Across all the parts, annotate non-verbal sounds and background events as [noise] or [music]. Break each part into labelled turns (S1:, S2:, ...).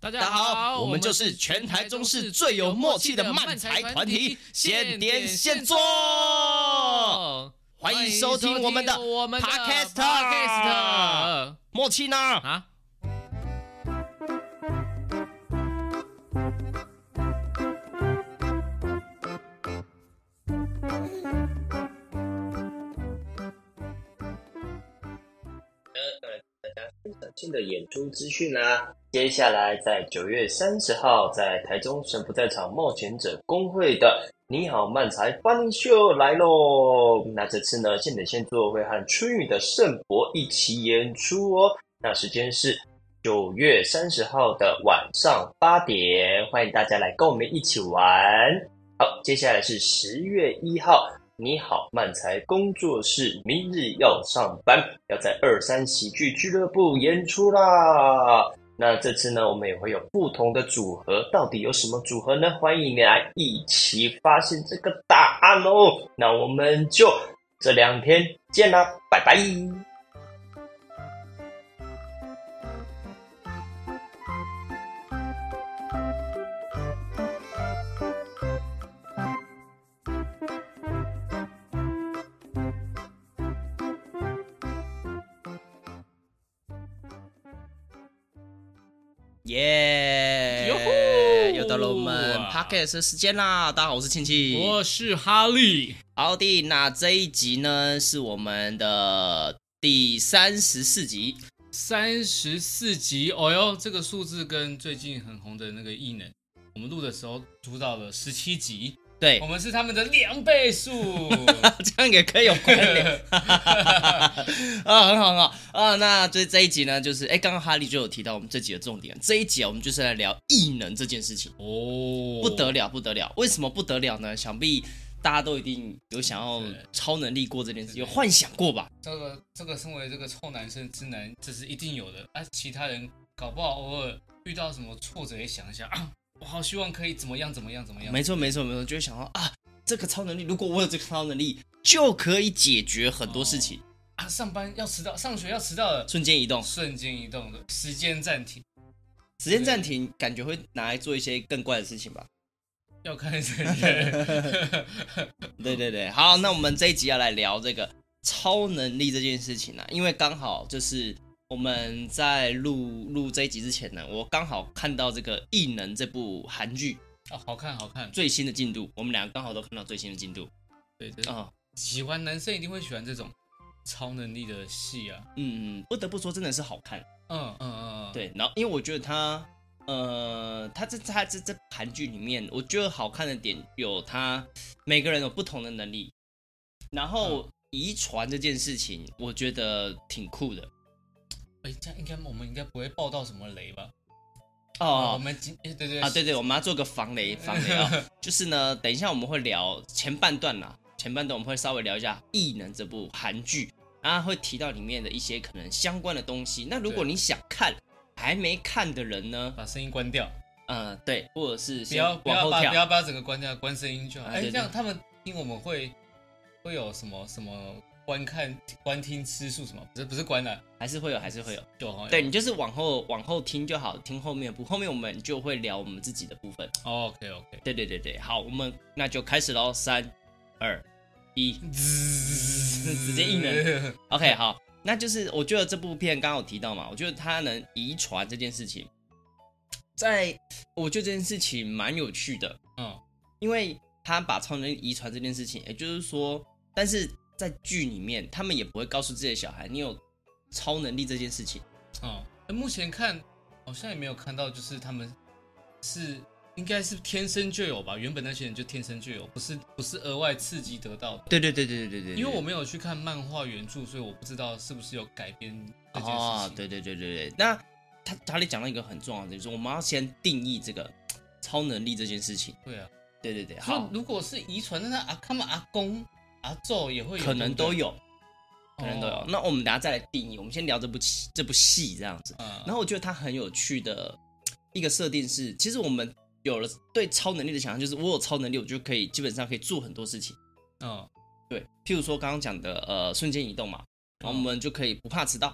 S1: 大
S2: 大家好，我们就是全台中市最有默契的慢才团体，现点现做。欢迎收听我们的
S1: 我们
S2: Podcast
S1: Podcast
S2: 默契呢？
S1: 啊。
S3: 新的演出资讯啊。接下来在九月三十号，在台中神不在场冒险者工会的“你好漫才”翻秀来喽！那这次呢，现点现做会和春雨的盛博一起演出哦。那时间是九月三十号的晚上八点，欢迎大家来跟我们一起玩。好，接下来是十月一号，你好，漫才工作室，明日要上班，要在二三喜剧俱乐部演出啦。那这次呢，我们也会有不同的组合，到底有什么组合呢？欢迎你来一起发现这个答案哦。那我们就这两天见啦，拜拜。
S2: 耶
S1: 哟呼
S2: 又到了我们 Podcast 的时间啦！大家好，我是庆庆，
S1: 我是哈利，
S2: 好的，那这一集呢是我们的第三十四集，
S1: 三十四集。哦哟，这个数字跟最近很红的那个异能，我们录的时候出到了十七集，
S2: 对
S1: 我，们是他们的两倍数。
S2: [laughs] 这样也可以有关联 [laughs] 啊，很好很好啊。那这这一集呢，就是哎，刚刚哈利就有提到我们这集的重点，这一集啊，我们就是来聊异能这件事情，
S1: 哦，
S2: 不得了不得了，为什么不得了呢？想必大家都一定有想要
S1: 对
S2: 超能力过这件事，
S1: 对
S2: 有幻想过吧？
S1: 这个这个身为这个臭男生之男，这是一定有的啊。其他人搞不好偶尔遇到什么挫折，也想一下啊，我好希望可以怎么样怎么样怎么样。
S2: 没错没错没错，就会想到啊，这个超能力，如果我有这个超能力，就可以解决很多事情，
S1: 啊，上班要迟到，上学要迟到了，
S2: 瞬间移动。
S1: 瞬间移动的时间暂停，
S2: 时间暂停，感觉会拿来做一些更怪的事情吧。
S1: 要看谁 [laughs] 人。
S2: 对对对，好，那我们这一集要来聊这个超能力这件事情呢、啊，因为刚好就是我们在录录这一集之前呢，我刚好看到这个《异能》这部韩剧
S1: 啊，好看好看，
S2: 最新的进度，我们两个刚好都看到最新的进度
S1: 对，这是
S2: 啊、
S1: 喜欢男生一定会喜欢这种超能力的戏啊。
S2: 嗯，不得不说真的是好看，
S1: 嗯嗯嗯，嗯，
S2: 对，然后因为我觉得它。呃，它这它这这韩剧里面，我觉得好看的点有它每个人有不同的能力，然后遗传这件事情，我觉得挺酷的
S1: 哎，这样应该我们应该不会爆到什么雷吧？啊
S2: 哦
S1: 我。们今哎对对
S2: 啊，对对，我们要做个防
S1: [laughs]
S2: 雷防雷啊、就是呢，等一下我们会聊前半段啦，前半段我们会稍微聊一下《异能》这部韩剧，啊，会提到里面的一些可能相关的东西。那如果
S1: 对
S2: 你想看还没看的人呢，
S1: 把声音关掉。
S2: 呃，对，或者是
S1: 不
S2: 先
S1: 要不
S2: 往
S1: 要
S2: 后
S1: 把
S2: 跳
S1: 不，要把整个关掉，关声音就好。
S2: 啊
S1: 哎、
S2: 对
S1: 这样
S2: 对
S1: 他们听我们会会有什么什么观看观听次数什么？不是不是关了，
S2: 还是会有，还是会有。
S1: 就好像
S2: 对你就是往后往后听就好，听后面的部，后面我们就会聊我们自己的部分。
S1: 哦 OK OK，
S2: 对对对对，好，我们那就开始喽，三二一。
S1: 直
S2: 接
S1: [laughs]
S2: 硬了。OK，好，那就是我觉得这部片刚刚有提到嘛，我觉得它能遗传这件事情，在我觉得这件事情蛮有趣的，
S1: 嗯，
S2: 因为他把超能力遗传这件事情，也就是说，但是在剧里面他们也不会告诉自己的小孩你有超能力这件事情，
S1: 哦、哎目前看好像也没有看到，就是他们是应该是天生就有吧？原本那些人就天生就有，不是不是额外刺激得到的。
S2: 对对对对对对对，
S1: 因为我没有去看漫画原著，所以我不知道是不是有改编这件事情。
S2: 哦，对对对对对，那他他里讲到一个很重要的，就是我们要先定义这个超能力这件事情，
S1: 对啊，
S2: 对对对，
S1: 所以
S2: 好，
S1: 如果是遗传，那他啊，他们阿公、阿祖也会有，
S2: 可能都
S1: 对哦
S2: 有。
S1: 不对
S2: 可能都有。。那我们等下再来定义，我们先聊这部戏这部戏这样子。
S1: 嗯，
S2: 然
S1: 后
S2: 后我觉得它很有趣的一个设定是，其实我们有了对超能力的想象，就是我有超能力，我就可以基本上可以做很多事情。
S1: 嗯，
S2: 对，譬如说刚刚讲的呃瞬间移动嘛，然后我们就可以不怕迟到。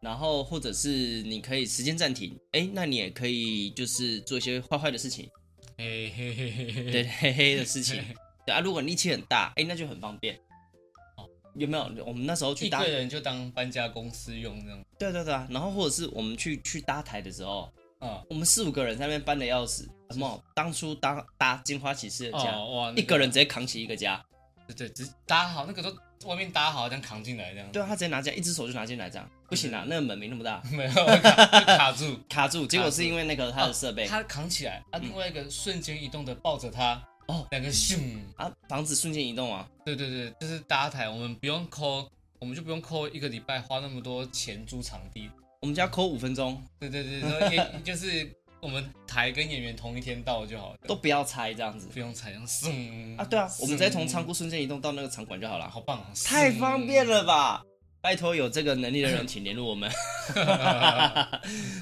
S2: 然后或者是你可以时间暂停，哎，那你也可以就是做一些坏坏的事情，
S1: 嗯嘿嘿嘿嘿嘿，
S2: 对，黑黑的事情。对啊，如果力气很大，哎，那就很方便。哦有没有？我们那时候去
S1: 一
S2: 搭
S1: 个人就当搬家公司用这样，
S2: 对对对啊，然后或者是我们去去搭台的时候，
S1: 啊，
S2: 我们四五个人在那边搬的要死。什么？当初搭搭金花骑士的家，
S1: 哦哇，那
S2: 一个人直接扛起一个家，
S1: 对对，只搭好那个都外面搭好，这样扛进来这样，
S2: 对啊，他直接拿进来，一只手就拿进来这样，不行啊，那个门没那么大，
S1: [laughs] 没有会卡会卡住，
S2: 卡住。结果是因为那个他的设备
S1: 他扛起来，啊，另外一个瞬间移动的抱着他，
S2: 嗯哦，
S1: 两个咻，
S2: 啊，房子瞬间移动啊，
S1: 对对对，就是搭台，我们不用抠，我们就不用抠一个礼拜花那么多钱租场地，
S2: 我们家抠五分钟
S1: 对对对，然后
S2: [laughs]
S1: 也就是我们台跟演员同一天到就好了，
S2: 都不要拆这样子
S1: 不用采样，送
S2: 啊，对啊，我们直接从仓库瞬间移动到那个场馆就好了，
S1: 好棒啊，
S2: 太
S1: 咻
S2: 方便了吧！拜托，有这个能力的人，请联络我 [laughs] 们。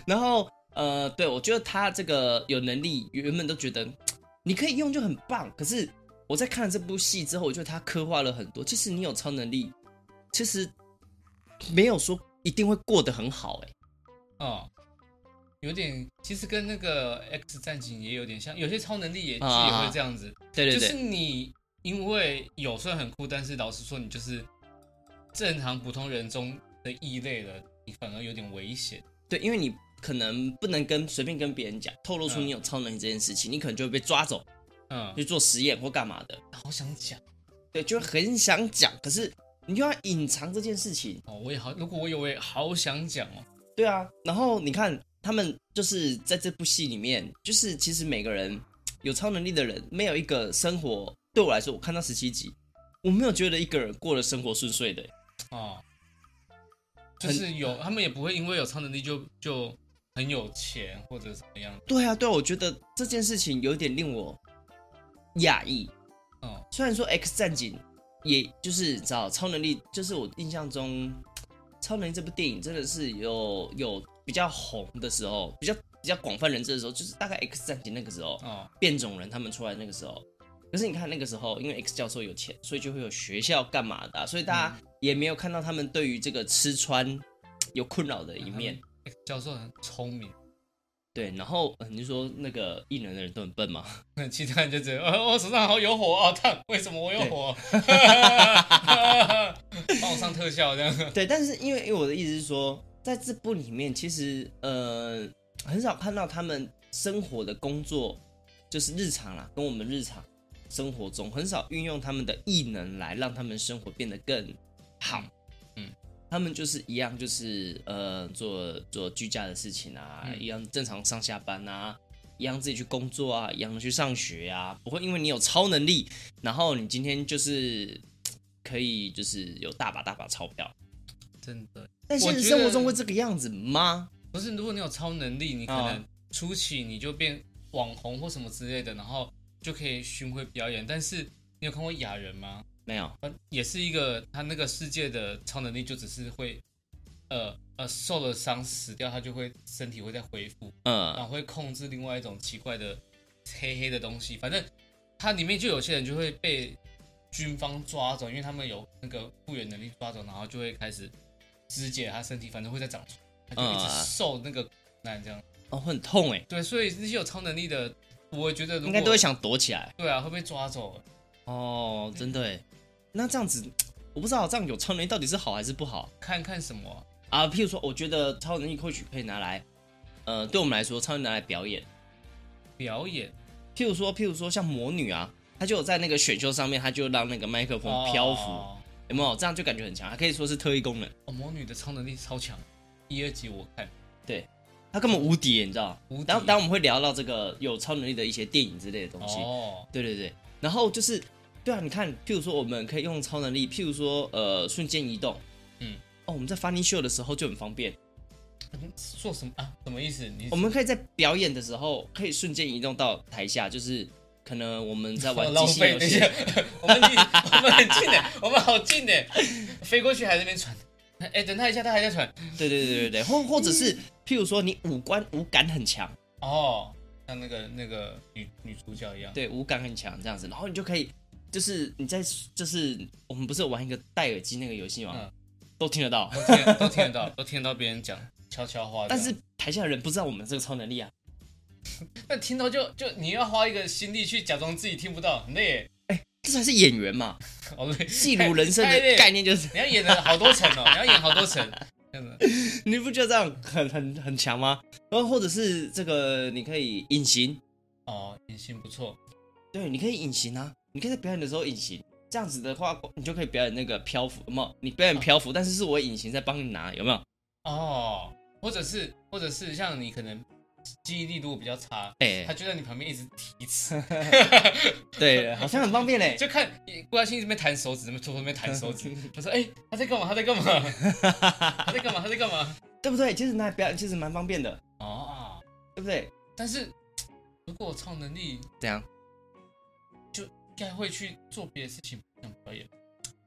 S2: 然后，呃，对我觉得他这个有能力，原本都觉得嗯你可以用就很棒。可是我在看了这部戏之后，我觉得他刻画了很多。其实你有超能力，其实没有说一定会过得很好、欸。
S1: 哦，有点，其实跟那个 X 战警也有点像，有些超能力也自己也
S2: 啊
S1: 会这样子，
S2: 对对
S1: 就是
S2: 对，
S1: 你因为有虽然很酷，但是老实说，你就是正常普通人中的异类了，你反而有点危险。
S2: 对，因为你可能不能跟随便跟别人讲，透露出你有超能力这件事情，你可能就会被抓走
S1: 嗯，
S2: 去做实验或干嘛的。
S1: 好想讲
S2: 对，就很想讲，可是你又要隐藏这件事情。
S1: 哦，我也好，如果我有，我也好想讲哦。
S2: 对啊，然后你看他们就是在这部戏里面，就是其实每个人有超能力的人，没有一个生活对我来说，我看到十七集，我没有觉得一个人过得生活顺遂的。
S1: 哦，就是有他们也不会因为有超能力就就很有钱或者怎么样。
S2: 对啊，对啊，我觉得这件事情有点令我讶异。
S1: 哦，
S2: 虽然说《X 战警》也就是你知道超能力，就是我印象中，超能力这部电影真的是有有比较红的时候，比较比较广泛人知的时候，就是大概《X 战警》那个时候，
S1: 哦，
S2: 变种人他们出来那个时候。可是你看那个时候，因为 X 教授有钱，所以就会有学校干嘛的啊、所以大
S1: 嗯
S2: 家也没有看到他们对于这个吃穿有困扰的一面。
S1: 嗯教授很聪明。
S2: 对，然后呃你就说那个艺人的人都很笨嘛，
S1: 那其他人就只能，呃，我手上好有火啊，烫，为什么我有火？ [laughs] 帮我上特效这样。
S2: 对，但是因为因为我的意思是说，在这部里面，其实呃很少看到他们生活的工作，就是日常啦，跟我们日常生活中很少运用他们的异能来让他们生活变得更好。
S1: 嗯嗯
S2: 他们就是一样，就是呃做做居家的事情啊，
S1: 嗯
S2: 一样正常上下班啊。一样自己去工作啊，一样去上学啊，不会因为你有超能力，然后你今天就是可以就是有大把大把钞票，
S1: 真的，
S2: 但现实生活中会这个样子吗？
S1: 不是，如果你有超能力，你可能初期你就变网红或什么之类的，然后就可以巡回表演。但是你有看过雅人吗？
S2: 没有，
S1: 呃也是一个，他那个世界的超能力就只是会，呃呃，受了伤死掉，他就会身体会再恢复。然
S2: 嗯，
S1: 后啊会控制另外一种奇怪的黑黑的东西。反正它里面就有些人就会被军方抓走，因为他们有那个复原能力抓走，然后就会开始肢解他身体，反正会再长出来，他就一
S2: 嗯
S1: 直受那个苦难这样。
S2: 哦，会很痛哎，
S1: 对，所以那些有超能力的，我觉得如
S2: 应该都会
S1: 果
S2: 想躲起来。
S1: 对啊，会被抓走。
S2: 哦，真的哎，那这样子，我不知道这样有超能力到底是好还是不好
S1: 看看什么啊、
S2: 啊？譬如说，我觉得超能力或许可以拿来，呃，对我们来说，超能力拿来表演。
S1: 表演
S2: 譬如说，譬如说像魔女啊，她就有在那个选秀上面，她就让那个麦克风漂浮，
S1: 哦
S2: 有没有？这样就感觉很强，还可以说是特异功能，
S1: 哦魔女的超能力超强，一二集我看
S2: 她根本无敌耶，你知道？
S1: 无敌
S2: 当当我们会聊到这个有超能力的一些电影之类的东西，
S1: 哦，
S2: 对对对，然后就是，对啊，你看，譬如说我们可以用超能力，譬如说呃瞬间移动，
S1: 嗯，
S2: 哦，我们在 Funny Show 的时候就很方便，
S1: 做什么啊？什么意思？你
S2: 我们可以在表演的时候可以瞬间移动到台下，就是可能我们在玩
S1: [laughs] 浪
S2: 即兴
S1: 费
S2: 游
S1: 等一
S2: 戏
S1: 下，，我们离我们很近的，我们好近的，飞过去还在那边传。哎、等他一下，他还在传。
S2: 对对对对对，或或者是譬如说你五官五感很强，
S1: 哦，像那个那个女女主角一样。
S2: 对，五感很强这样子，然后你就可以，就是你在就是我们不是有玩一个戴耳机那个游戏吗？
S1: 嗯
S2: 都听得到，
S1: 都听得都听得到，都听得到别人讲悄悄话这
S2: 但
S1: 样。
S2: 是台下的人不知道我们这个超能力啊。
S1: 但听到就就你要花一个心力去假装自己听不到，很累耶，
S2: 这才是演员
S1: [laughs]
S2: 嘛，
S1: 好累。
S2: 戏如人生的
S1: 太累了
S2: 概念就是，
S1: 你要演的好多层哦，你要演好多层，真的。
S2: 你不觉得这样很很很强吗？然后或者是这个，你可以隐形，
S1: 哦，演性不错，
S2: 对，你可以隐形啊，你可以在表演的时候隐形，这样子的话，你就可以表演那个漂浮，有没有？你表演漂浮，但是是我隐形在帮你拿，有没有？
S1: 哦，或者是或者是像你可能记忆力如果比较差，
S2: 哎、
S1: 他就在你旁边一直提
S2: [laughs]
S1: 词，
S2: 对，好像很方便嘞、
S1: 就看顾嘉欣这边弹手指，这边偷偷那边弹手
S2: [laughs]
S1: 指，他说：“哎、他在干嘛？他在干嘛？他在干嘛？他在干嘛
S2: 对不对？其实拿来表演其实蛮方便的，？”
S1: 哦，
S2: 对不对？
S1: 但是如果我超能力，
S2: 怎样？
S1: 应该会去做别的事情，不想表演。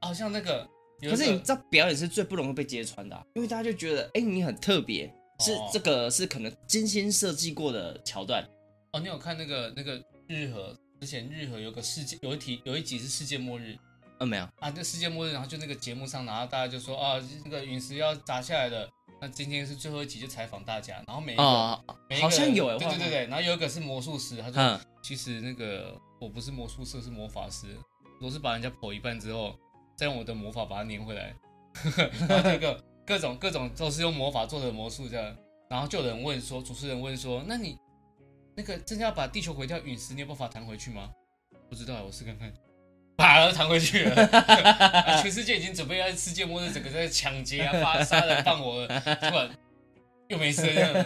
S1: 好、像那个，有一
S2: 可
S1: 个
S2: 是你知道表演是最不容易被揭穿的啊、因为大家就觉得，哎、你很特别，是
S1: 哦
S2: 这个是可能精心设计过的桥段。
S1: 哦，你有看那个那个日和之前日和有个世界有一题有一集是世界末日
S2: 呃，没有，
S1: 啊，这世界末日，然后就那个节目上，然后大家就说啊，那个陨石要砸下来了。那今天是最后一集，就采访大家，然后每一个、
S2: 啊、
S1: 每一个
S2: 好像有哎
S1: 对对对
S2: 我
S1: 对，然后有一个是魔术师，他说、
S2: 嗯，
S1: 其实那个我不是魔术师，是魔法师，我是把人家剖一半之后，再用我的魔法把它粘回来， [laughs] 然后这个各种各种都是用魔法做的魔术这样。然后就有人问说，主持人问说，那你那个真的要把地球毁掉，陨石你有办法弹回去吗？不知道，我试看看。啪，然后弹回去了。 [laughs] 啊全世界已经准备要世界末日，整个在抢劫啊、发杀人放火了，突然又没声了，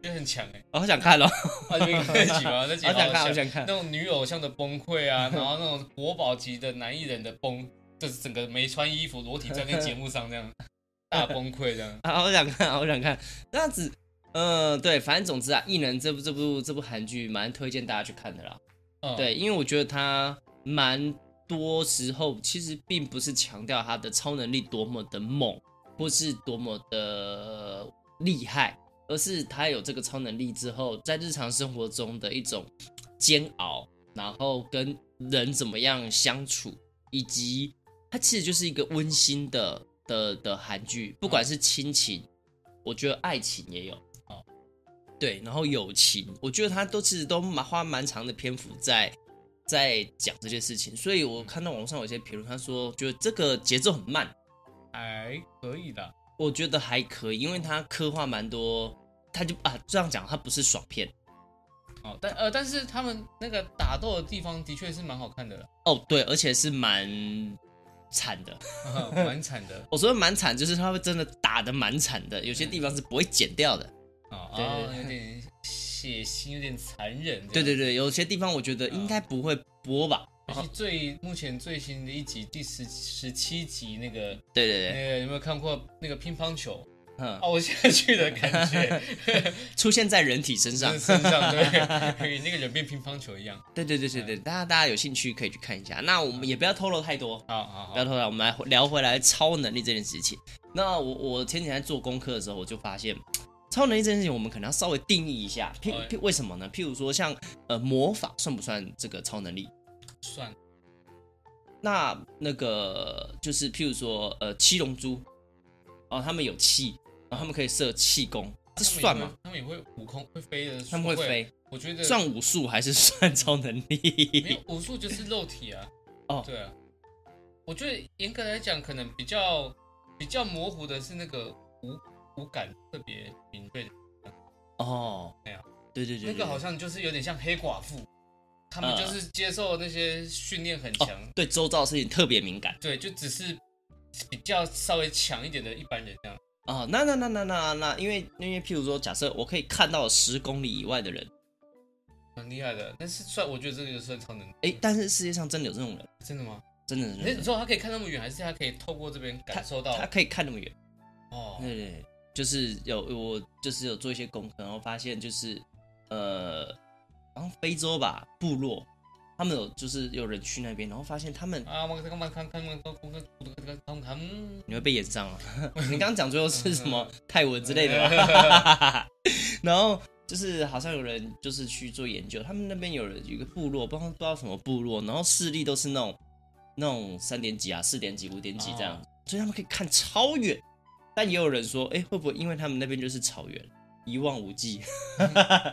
S1: 就很强哎、
S2: 我好想看哦，
S1: 欸。啊，你们看得起吗？那集
S2: [laughs] 好想
S1: 好
S2: 看，
S1: 笑
S2: 好想看
S1: 那。种女偶像的崩溃啊， [laughs] 然后那种国宝级的男艺人的崩，就是整个没穿衣服裸体站在节目上这
S2: [laughs]
S1: 样大崩溃这样。
S2: 啊，好想看，好想看。这样子，嗯，对，反正总之啊，《异能》这部这部这部韩剧蛮推荐大家去看的啦。
S1: 嗯，
S2: 对，因为我觉得它蛮多时候其实并不是强调它的超能力多么的猛，或是多么的厉害，而是他有这个超能力之后，在日常生活中的一种煎熬，然后跟人怎么样相处，以及它其实就是一个温馨的的的韩剧，不管是亲情，我觉得爱情也有
S1: 哦。
S2: 对，然后友情，我觉得他都其实都蛮花蛮长的篇幅在在讲这些事情，所以我看到网上有些评论，他说觉得这个节奏很慢，
S1: 还可以的。
S2: 我觉得还可以，因为它刻画蛮多，它就啊这样讲，它不是爽片
S1: 哦，但呃，但是他们那个打斗的地方的确是蛮好看的
S2: [laughs]
S1: 了，
S2: 哦，对，而且是蛮惨的。
S1: 嗯蛮惨的。
S2: 我说的蛮惨，就是它会真的打的蛮惨的，有些地方是不会剪掉的。
S1: 哦，
S2: 对
S1: 哦
S2: 对
S1: 有点血腥，有点残忍。
S2: 对对。对，有些地方我觉得应该不会播吧。
S1: 尤其最目前最新的一集第十十七集那个
S2: 对对
S1: 那
S2: 对，
S1: 个有没有看过那个乒乓球啊
S2: 嗯，
S1: 凹下去的感
S2: [laughs]
S1: 觉？ [laughs]
S2: 出现在人体身上
S1: 身。身上，对，那个人变乒乓球
S2: [laughs]
S1: 一样。
S2: 对对对
S1: 嗯
S2: 对对，大家大家有兴趣可以去看一下。那我们也不要透露太多，
S1: 好嗯好
S2: 不要偷懒，我们来聊回来超能力这件事情。那我我前几天在做功课的时候，我就发现超能力这件事情，我们可能要稍微定义一下。譬
S1: 哎
S2: 譬为什么呢？譬如说像呃魔法算不算这个超能力？
S1: 算
S2: 那那个就是譬如说呃七龙珠，哦他们有气，然后他们可以射气功，这算吗？？
S1: 他们也会悟空会飞的，
S2: 他们会。飞，
S1: 我觉得
S2: 算武术还是算超能
S1: 没
S2: 力
S1: 有？武术就是肉体啊。
S2: 哦
S1: 对啊，我觉得严格来讲，可能比较比较模糊的是那个五五感特别敏锐的，
S2: 哦
S1: 没有，
S2: 对对对，
S1: 啊那
S2: 对
S1: 个好像就是有点像黑寡妇，他们就是接受那些训练很
S2: 哦
S1: 强，
S2: 对周遭的事情特别敏感。
S1: 对，就只是比较稍微强一点的一般人这样。
S2: 啊，那那那那那那，因为因为譬如说，假设我可以看到十公里以外的
S1: [laughs]
S2: 人，
S1: 很厉害的，但是算我觉得这个就算超能力，
S2: 哎、但是世界上真的有这种人，
S1: 真的吗？
S2: 真的有
S1: 你
S2: 这
S1: 你
S2: 种人，
S1: 说他可以看那么远，还是他可以透过这边感受到
S2: 他？可以看那么远，
S1: 哦，
S2: 对对对，就是有我就是有做一些功课，然后发现就是呃，然后非洲吧部落，他们有就是有人去那边，然后发现他们
S1: 啊，我看看看看看看看看看看，
S2: 你会被演上啊！你刚刚讲最后是什
S1: 嗯
S2: 么泰文之类的
S1: [laughs]
S2: 吧？然后就是好像有人就是去做研究，他们那边有人有一个部落，不知道不知道什么部落，然后视力都是那种那种三点几啊、四点几、五点几这样，所以他们可以看超远。但也有人说，哎、会不会因为他们那边就是草原，一望无际，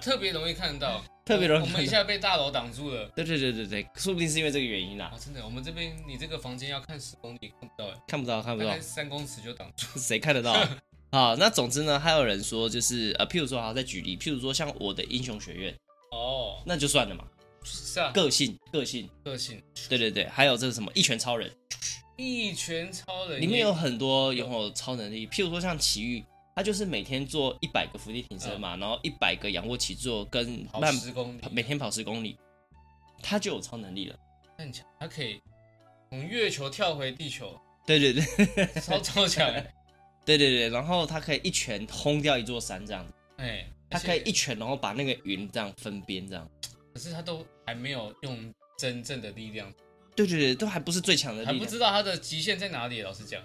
S1: 特别容易看到，
S2: 特别容易
S1: 我
S2: 看到
S1: 们一下被大楼挡住了。
S2: 对对对对对，说不定是因为这个原因啦
S1: 啊，，真的，我们这边你这个房间要看十公里看不到，哎，
S2: 看不到看不
S1: 大
S2: 到
S1: 概，三公尺就挡住。
S2: 谁看得到？好，那总之呢，还有人说 [laughs] 就是呃，譬如说，好再举例，譬如说像我的英雄学院，
S1: 哦，
S2: 那就算了嘛，
S1: 是啊，
S2: 个性
S1: [laughs]
S2: 个性，
S1: 个性
S2: 对对对，还有这个什么一拳超人，
S1: 一拳超人
S2: 里面有很多拥有超能力，譬如说像奇遇，他就是每天做一百个伏地挺身嘛，然后一百个仰卧起坐，跟
S1: 嗯跑
S2: 慢
S1: 十公
S2: 每
S1: 里，
S2: 天跑十公里，他就有超能力了。
S1: 很强，他可以从月球跳回地球，
S2: 对对对
S1: 超超强哎，
S2: 对对对，然后他可以一拳轰掉一座山这样子，
S1: 哎，
S2: 他可以
S1: 而且
S2: 一拳然后把那个云这样分边这样。
S1: 可是他都还没有用真正的力量，
S2: 对对对，都还不是最强的
S1: 还
S2: 力
S1: 不
S2: 量，
S1: 知道他的极限在哪里。老实讲，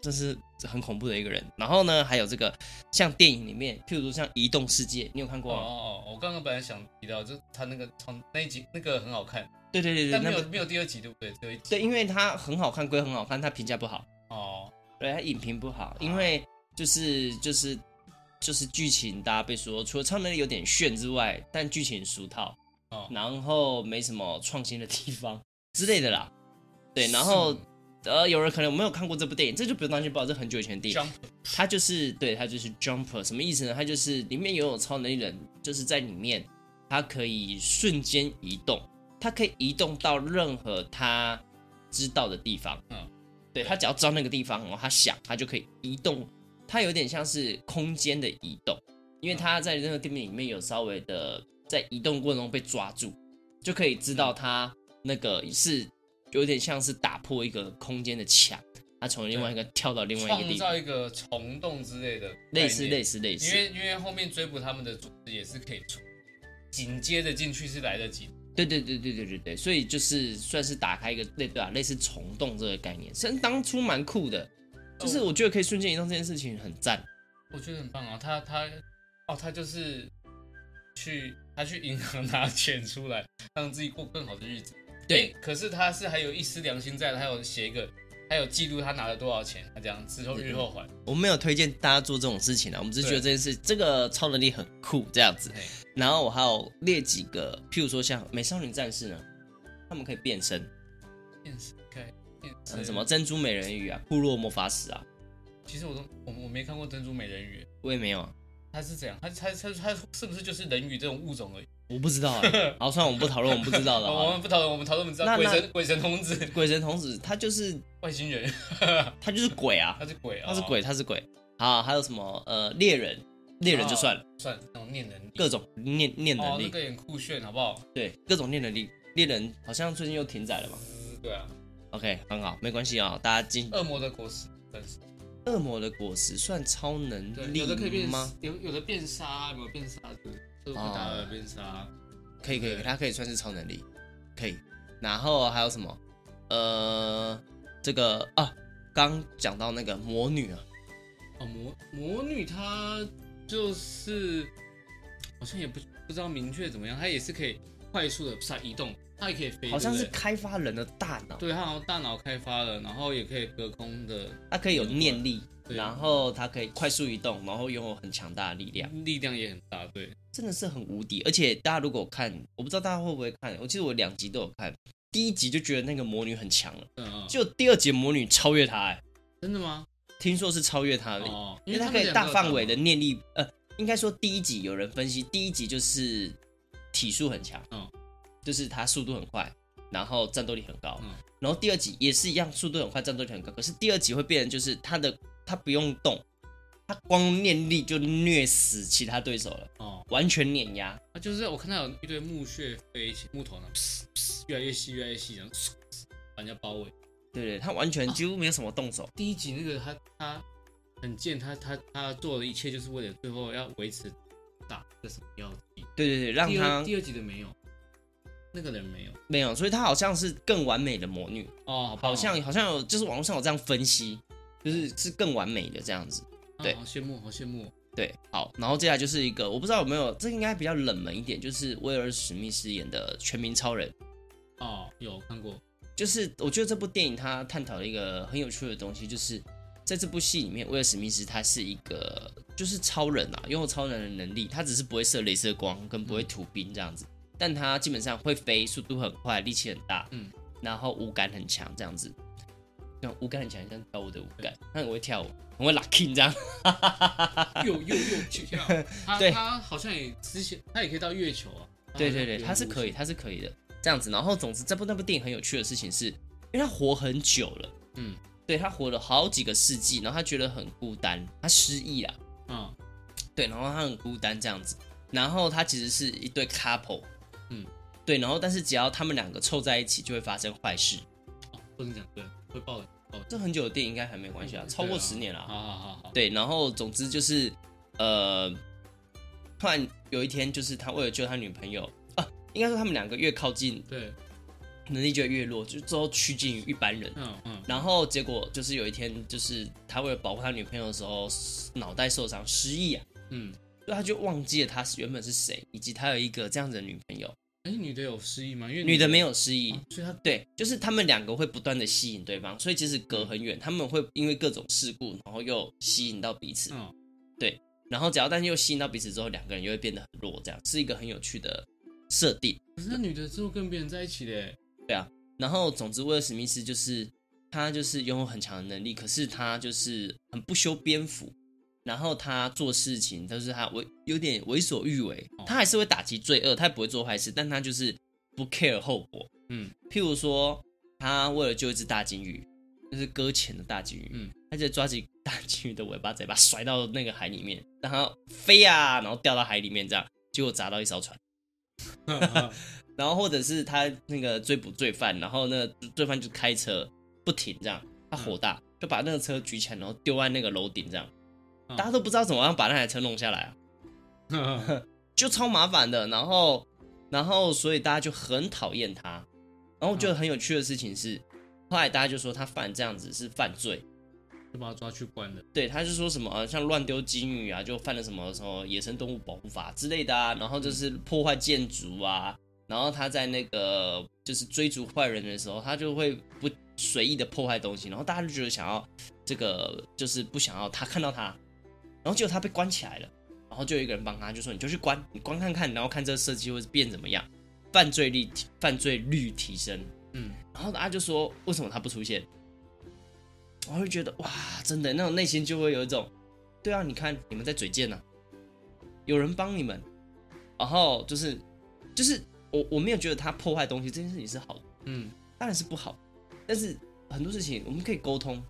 S2: 这是很恐怖的一个人。然后呢，还有这个像电影里面，譬如说像《移动世界》，你有看
S1: 哦
S2: 过吗？
S1: 哦哦，我刚刚本来想提到，就是他那个超那一集那个很好看，
S2: 对对对对，
S1: 但
S2: 那
S1: 没有
S2: 部
S1: 没有第二集对不对？只有一集
S2: 对，因为它很好看归很好看，它评价不好。
S1: 哦，
S2: 对，它影评不好，因为就是就是就是剧情，大家被说除了超能力有点炫之外，但剧情俗套，
S1: 哦
S2: 然后没什么创新的地方之类的啦。对，然后呃，有人可能没有看过这部电影，这就不用担心，不好，这很久以前的电影。
S1: jump
S2: 它就是对，它就是 jumper，什么意思呢？它就是里面拥有超能力人，就是在里面，它可以瞬间移动，它可以移动到任何他知道的地方。
S1: 嗯，
S2: 对，他只要知道那个地方，然后他想，他就可以移动。它有点像是空间的移动，因为他在那个地面里面有稍微的在移动过程中被抓住，就可以知道他那个是有点像是打破一个空间的墙，他从另外一个跳到另外一个
S1: 创
S2: 地方。
S1: 造一个虫洞之类的，
S2: 类似类似类
S1: 因
S2: 似，
S1: 为因为后面追捕他们的组织也是可以出，紧接着进去是来得及。
S2: 对对对对对对对，所以就是算是打开一个类对啊，类似虫洞这个概念，虽然当初蛮酷的，
S1: 嗯
S2: 就是我觉得可以瞬间移动这件事情很赞。
S1: 我觉得很棒啊，他他哦，他就是去他去银行拿钱出来，让自己过更好的日子。
S2: 对
S1: 诶，可是他是还有一丝良心在的，他有写一个，还有记录他拿了多少钱，他这样之后日后还。
S2: 我们没有推荐大家做这种事情啊，我们只是觉得这件事这个超能力很酷这样子。
S1: 嘿
S2: 然后我还有列几个，譬如说像美少女战士呢，他们可以变身，
S1: 变身该变
S2: 呃
S1: 身
S2: 什么？珍珠美人鱼啊、库洛魔法使啊，
S1: 其实我都我我没看过珍珠美人鱼，
S2: 我也没有啊，
S1: 他是怎样？他他他他是不是就是人鱼这种物种而已？哦
S2: 我不知道
S1: [laughs]
S2: 啊、好，算了，我们不讨论我们不知道的
S1: 我
S2: 啊。
S1: 们不讨论，我们讨论我们知
S2: 那
S1: 道鬼
S2: 那
S1: 神鬼神童子
S2: 鬼神童子他就是
S1: 外星人， [laughs]
S2: 他就是鬼啊，
S1: 他是鬼啊，
S2: 他是鬼，他是鬼。好，还有什么呃猎人，猎人就算了，
S1: 算那种念能力，
S2: 各种念念
S1: 哦
S2: 能
S1: 那
S2: 力，
S1: 个也很酷炫，好不好？
S2: 对，各种念能力。猎人好像最近又停载了嘛
S1: 对啊，
S2: ，OK，很好，没关系啊、大家进
S1: 恶魔的果实，但是
S2: 恶魔的果实算超能
S1: 对，有的可以
S2: 力
S1: 变
S2: 吗？，
S1: 有有的变沙，有没有变沙子，就是会打的变沙，
S2: 哦可以可以，
S1: 对
S2: 它可以算是超能力，可以。然后还有什么？呃，这个啊，刚讲到那个魔女啊，
S1: 哦，魔魔女她就是好像也不不知道明确怎么样，她也是可以快速的上移动，她也可以飞，
S2: 好像
S1: 对
S2: 是
S1: 不对
S2: 开发人的大脑，
S1: 对，她好像大脑开发了，然后也可以隔空的
S2: 它可以有念力，
S1: 对
S2: 然后它可以快速移动，然后拥有很强大的力量。
S1: 力量也很大，对，
S2: 真的是很无敌。而且大家如果看，我不知道大家会不会看，我记得我两集都有看，第一集就觉得那个魔女很强了，
S1: 嗯嗯，
S2: 就第二集魔女超越她、哎，
S1: 真的吗？
S2: 听说是超越她的，
S1: 哦，
S2: 因为她
S1: 他
S2: 可
S1: 们
S2: 以
S1: 两
S2: 大
S1: 个有
S2: 范围的
S1: 打嘛，
S2: 念力，呃，应该说第一集有人分析，第一集就是体术很强，
S1: 嗯
S2: 就是她速度很快，然后战斗力很高，
S1: 嗯
S2: 然后第二集也是一样，速度很快，战斗力很高，可是第二集会变成就是她的她不用动。她光念力就虐死其他对手了，
S1: 哦，
S2: 完全碾压。
S1: 啊，就是我看到有一堆木屑飞起，木头呢，噗噗越来越细，越来越细，然后嗖嗖把人家包围。
S2: 对对，他完全几乎没有什么动手。
S1: 第一集那个他他很贱，他他他做的一切就是为了最后要维持打这个什么药剂。
S2: 对对对，让
S1: 第二
S2: 他
S1: 第二集的没有，那个人没有。
S2: 没有，所以他好像是更完美的魔女，
S1: 哦，好棒哦
S2: 好像好像有就是网络上有这样分析，就是是更完美的这样子。
S1: 啊
S2: 对
S1: 好羡慕，好羡慕哦。
S2: 对，好，然后接下来就是一个我不知道有没有，这应该比较冷门一点，就是威尔史密斯演的《全民超人》，
S3: [laughs]
S1: 哦，有看过，
S3: 就是我觉得这部电影它探讨了一个很有趣的东西，就是在这部戏里面，威尔史密斯他是一个就是超人啊，拥有超人的能力，他只是不会射镭射光，跟
S1: 嗯
S3: 不会吐冰这样子，但他基本上会飞，速度很快，力气很大，
S1: 嗯，
S3: 然后舞感很强这样子。那舞感很强，像跳舞的舞感，他很会跳舞，很会 locking 这样。
S1: 又又又去
S3: [laughs]
S1: 跳，他
S3: 对
S1: 他好像也之前他也可以到月球啊。
S3: 对对对，他是可以，，他是可以的。这样子，然后总之，这部那部电影很有趣的事情是，因为他活很久了，
S1: 嗯，
S3: 对他活了好几个世纪，然后他觉得很孤单，他失忆啦，
S1: 嗯，
S3: 对，然后他很孤单这样子，然后他其实是一对 couple，
S1: 嗯，
S3: 对，然后但是只要他们两个凑在一起，就会发生坏事。
S1: 哦不能讲对，会爆的。
S3: 这很久的电影应该还没
S1: 嗯
S3: 关系啊，超过十年了、
S1: 好好好好，
S3: 对，然后总之就是，呃，突然有一天，就是他为了救他女朋友啊，应该说他们两个越靠近
S1: 对，
S3: 能力就越弱，就之后趋近于一般人。
S1: 嗯嗯，
S3: 然后结果就是有一天，就是他为了保护他女朋友的时候，脑袋受伤失忆啊，
S1: 嗯，
S3: 所以他就忘记了他是原本是谁，以及他有一个这样子的女朋友。
S1: 哎，女的有失忆吗？因为
S3: 女的没
S1: 有，
S3: 有失忆
S1: 啊，所以她
S3: 对，就是他们两个会不断的吸引对方，所以即使隔很远，他们会因为各种事故，然后又吸引到彼此。
S1: 嗯
S3: 然后只要但是又吸引到彼此之后，两个人又会变得很弱，这样是一个很有趣的设定。
S1: 可是那女的之后跟别人在一起欸嘞，
S3: 然后，总之，威尔史密斯就是他就是拥有很强的能力，可是他就是很不修边幅。然后他做事情，就是他为有点为所欲为
S1: 哦，
S3: 他还是会打击罪恶，他也不会做坏事，但他就是不 care 后果。 [laughs]
S1: 嗯， [laughs]
S3: 譬如说，他为了救一只大金鱼，就是搁浅的大金鱼，
S1: 嗯，
S3: 他就抓起大金鱼的尾巴，直接把它甩到那个海里面，让它飞啊，然后掉到海里面，这样结果砸到一艘船。
S1: 嗯
S3: 然后或者是他那个追捕罪犯，然后那个罪犯就开车不停这样，他火大，就把那个车举起来，然后丢在那个楼顶这样，
S1: 嗯
S3: 大家都
S1: [laughs]
S3: 不知道怎么样把那台车弄下来啊，就超麻烦的。然后，然后所以大家就很讨厌他。然后我觉得很有趣的事情是，后来大家就说他犯这样子是犯罪，
S1: 就把她抓去关了。
S3: 对，他就说什么呃，像乱丢金鱼啊，就犯了什么什么野生动物保护法之类的啊，然后就是破坏建筑啊，然后他在那个就是追逐坏人的时候，他就会不随意的破坏东西，然后大家就觉得想要这个就是不想要他看到他，然后结果他被关起来了，然后就有一个人帮他，就说你就去关，你关看看，然后看这设计会变怎么样，犯罪率犯罪率提升，
S1: 嗯，
S3: 然后大家就说为什么他不出现？我会觉得哇，真的那种内心就会有一种，对啊，你看你们在嘴贱呢、啊有人帮你们，然后就是就是我我没有觉得他破坏东西这件事情是好的，
S1: 嗯，
S3: 当然是不好，但是很多事情我们可以沟通。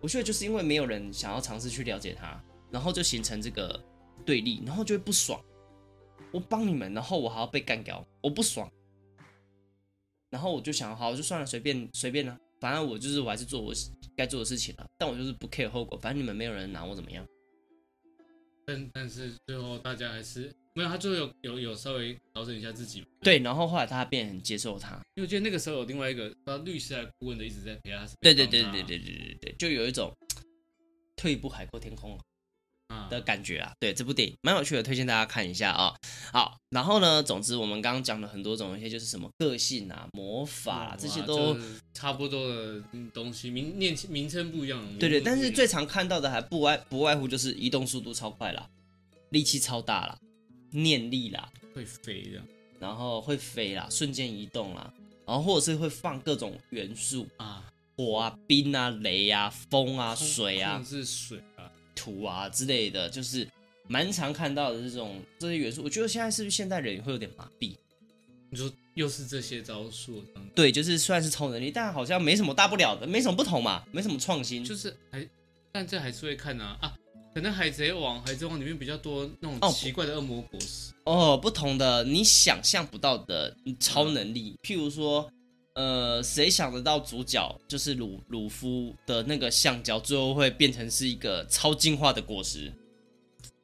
S3: 我觉得就是因为没有人想要尝试去了解他，然后就形成这个对立，然后就会不爽。我帮你们，然后我还要被干掉，我不爽。然后我就想，好，就算了，随便随便啦、反正我就是我还是做我该做的事情了、但我就是不 care 后果，反正你们没有人拿我怎么样。
S1: 但但是最后大家还是没有，她最后有有有稍微调整一下自己嘛。
S3: 对，然后后来他变得很接受他，
S1: 因为我记得那个时候有另外一个，他律师还顾问的一直在陪他身
S3: 对
S1: 边帮他。
S3: 对对对对对对对，就有一种退一步海阔天空
S1: 啊，
S3: 的感觉啊。对，这部电影蛮有趣的，推荐大家看一下啊、好，然后呢，总之我们刚刚讲了很多种，一些就是什么个性啊、魔法
S1: 哇
S3: 啊，这些
S1: 就
S3: 都
S1: 是差不多的嗯东西，名念名称不一样。名
S3: 对对。
S1: 字不一样
S3: 但是最常看到的还不外不外乎就是移动速度超快啦，力气超大啦，念力啦，
S1: 会飞这样
S3: 然后会飞啦，瞬间移动啦，然后或者是会放各种元素，
S1: 啊，
S3: 火啊、冰啊、雷啊、风啊、
S1: 控
S3: 水啊
S1: 控、制水啊，
S3: 土啊之类的，就是蛮常看到的这种这些元素。我觉得现在是不是现代人会有点麻痹？
S1: 你说又是这些招数，这样
S3: 对，就是虽然是超能力，但好像没什么大不了的，没什么不同嘛，没什么创新。
S1: 就是还，但这还是会看啊啊，可能海贼王、海贼王里面比较多那
S3: 哦
S1: 种奇怪的恶魔果实，
S3: 哦，不同的你想象不到的超能力，譬如说，呃，谁想得到主角就是鲁鲁夫的那个橡胶，最后会变成是一个超进化的果实？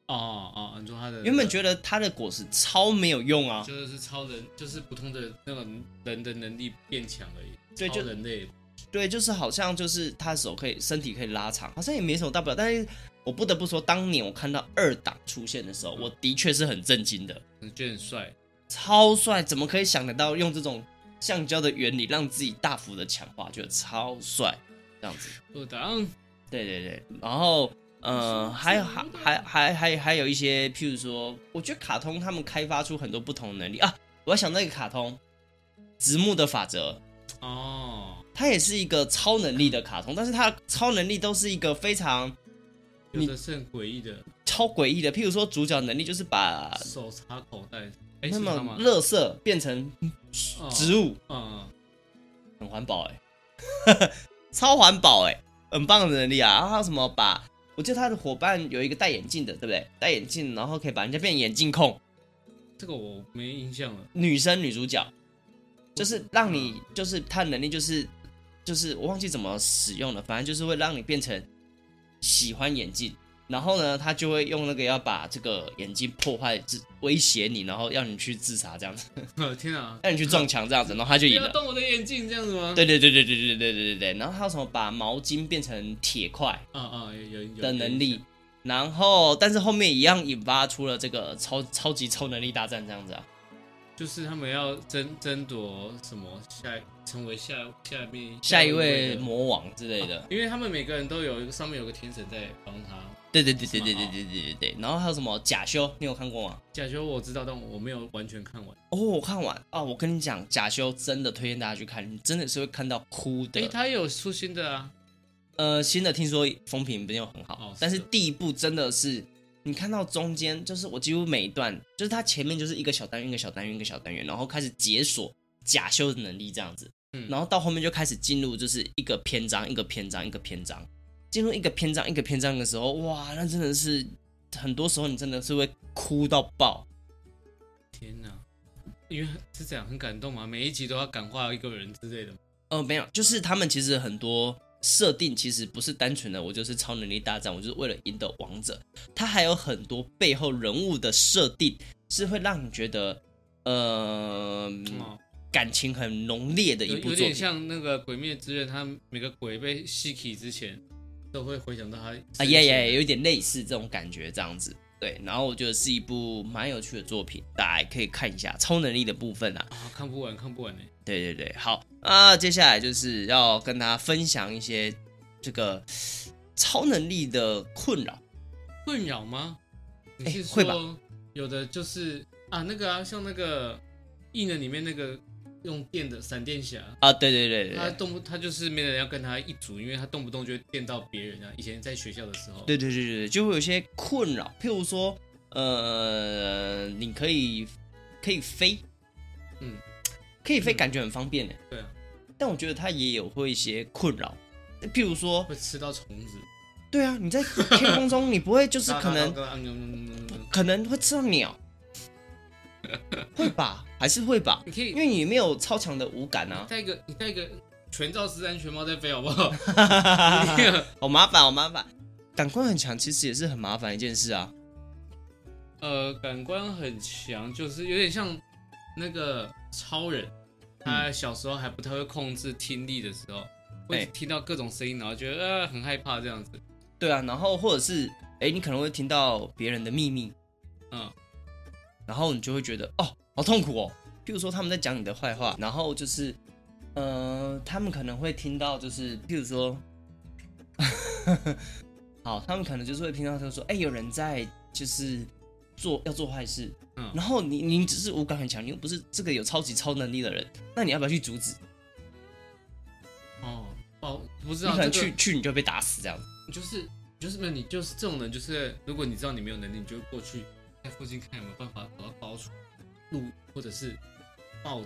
S1: 哦哦，你说他的
S3: 原本
S1: 得
S3: 觉得它的果实超没有用啊，
S1: 就是超人，就是普通的那种人的能力变强而已，
S3: 对就
S1: 超人类
S3: 对，就是好像就是他的手可以身体可以拉长，好像也没什么大不了。但是我不得不说，当年我看到二档出现的时候，我的确是很震惊的，
S1: 觉得很帅，
S3: 超帅，怎么可以想得到用这种
S2: 橡胶的原理，让自己大幅的强化，觉得超帅，这样子。
S1: 我当
S2: 对对对，然后呃，还有还还还还还有一些，譬如说，我觉得卡通他们开发出很多不同的能力啊。我要想那个卡通《直木的法则》，
S1: 哦，
S2: 它也是一个超能力的卡通，但是它的超能力都是一个非常
S1: 有的是很诡异的，
S2: 超诡异的。譬如说，主角能力就是把
S1: 手插口袋，哎，
S2: 那
S1: 是他
S2: 么
S1: 吗？
S2: 垃圾变成
S1: 哦
S2: 植物，
S1: 嗯，
S2: 很环保哎、 [laughs] 超环保哎、很棒的能力啊！然后还有什么把？我记得他的伙伴有一个戴眼镜的，对不对？戴眼镜，然后可以把人家变眼镜控，
S1: 这个我没印象了。
S2: 女生女主角，就是让你就是他的能力就是就是我忘记怎么使用了，反正就是会让你变成喜欢眼镜。然后呢，他就会用那个要把这个眼睛破坏，自威胁你，然后要你去自杀这样子，
S1: 天啊，
S2: 让你去撞墙这样子，然后他就
S1: 不
S2: 赢
S1: 要
S2: 了。
S1: 动我的眼镜，这样子吗？，
S2: 对对对对对对对对对对。然后还有什么把毛巾变成铁块
S1: 啊啊，有有有
S2: 的能
S1: 有印
S2: 力，然后但是后面一样引发出了这个超超级超能力大战这样子啊。
S1: 象，就是他们要争争夺什么下成为下下面
S2: 下一
S1: 的
S2: 位魔王之类的，
S1: 因为他们每个人都有一个上面有个天神在帮他。
S2: 对对对对对对对对对对。啊然后还有什么假修，你有看过吗？
S1: 假球我知道，但我没有完全看完，
S2: 哦，我看完啊、我跟你讲，假修真的推荐大家去看，你真的是会看到哭
S1: 诶，
S2: 的。
S1: 他有出新的啊，
S2: 呃，新的听说风评没有很好，
S1: 哦是
S2: 但是第一部真的是，你看到中间就是我几乎每一段，就是它前面就是一个小单元、一个小单元、一个小单元，然后开始解锁假修的能力这样子，
S1: 嗯
S2: 然后到后面就开始进入就是一个篇章、一个篇章、一个篇章，进入一个篇章、一个篇章的时候，哇，那真的是很多时候你真的是会哭到爆，
S1: 天哪！因为是这样很感动嘛，每一集都要感化一个人之类的。
S2: 呃，没有，就是他们其实很多设定其实不是单纯的我就是超能力大战，我就是为了赢得王者，它还有很多背后人物的设定是会让你觉得，呃，
S1: 哦，
S2: 感情很浓烈的
S1: 有
S2: 一部
S1: 有
S2: 作
S1: 点
S2: 品。
S1: 像那个《鬼灭之刃》，他每个鬼被吸气之前，都会回想到他
S2: 啊呀呀，有点类似这种感觉，这样子。对，然后我觉得是一部蛮有趣的作品，大家可以看一下超能力的部分啊。
S1: 啊，看不完，看不完呢。
S2: 对对对，好啊，接下来就是要跟大家分享一些这个超能力的困扰。
S1: 困扰吗？你
S2: 哎
S1: 是
S2: 会吧
S1: 说有的就是啊，那个啊，像那个异能里面那个用电的闪电侠，
S2: 啊，对对对对
S1: 他
S2: 对
S1: 动不他就是没人要跟他一组，因为他动不动就会电到别人啊。以前在学校的时候，
S2: 对对对对对，就会有一些困扰，譬如说，呃，你可以可以飞，
S1: 嗯，
S2: 可以飞，
S1: 嗯
S2: 感觉很方便的。
S1: 对啊，
S2: 但我觉得它也有会一些困扰，譬如说，
S1: 会吃到虫子，
S2: 对啊，你在天空中，你不会
S1: [laughs]
S2: 就是可能
S1: 嗯
S2: [laughs]
S1: 能
S2: 可能会吃到鸟，会吧？还是会吧？
S1: 你可以
S2: 因为你没有超强的五感
S1: 你
S2: 啊，
S1: 戴一个你戴一个全罩式安全帽再飞好不
S2: [laughs]
S1: 好？
S2: 啊
S1: [laughs]
S2: 好麻烦，好麻烦。感官很强，其实也是很麻烦一件事啊。
S1: 呃，感官很强，就是有点像那个超人，他小时候还不太会控制听力的时候，
S2: 嗯哎
S1: 会听到各种声音，然后觉得呃很害怕这样子。
S2: 对啊，然后或者是哎，你可能会听到别人的秘密，
S1: 嗯，
S2: 然后你就会觉得哦，好痛苦哦。譬如说他们在讲你的坏话，然后就是，呃，他们可能会听到，就是譬如说， [laughs] 好，他们可能就是会听到他说，哎、有人在就是做要做坏事，
S1: 嗯
S2: 然后你你只是五感很强，你又不是这个有超级超能力的人，那你要不要去阻止？
S1: 哦哦，不知
S2: 你
S1: 道
S2: 可能
S1: 这
S2: 去、
S1: 个
S2: 去你就被打死这样子。
S1: 就是就是那你就是这种人，就是如果你知道你没有能力，你就过去在附近看有没有办法找到高处路或者是报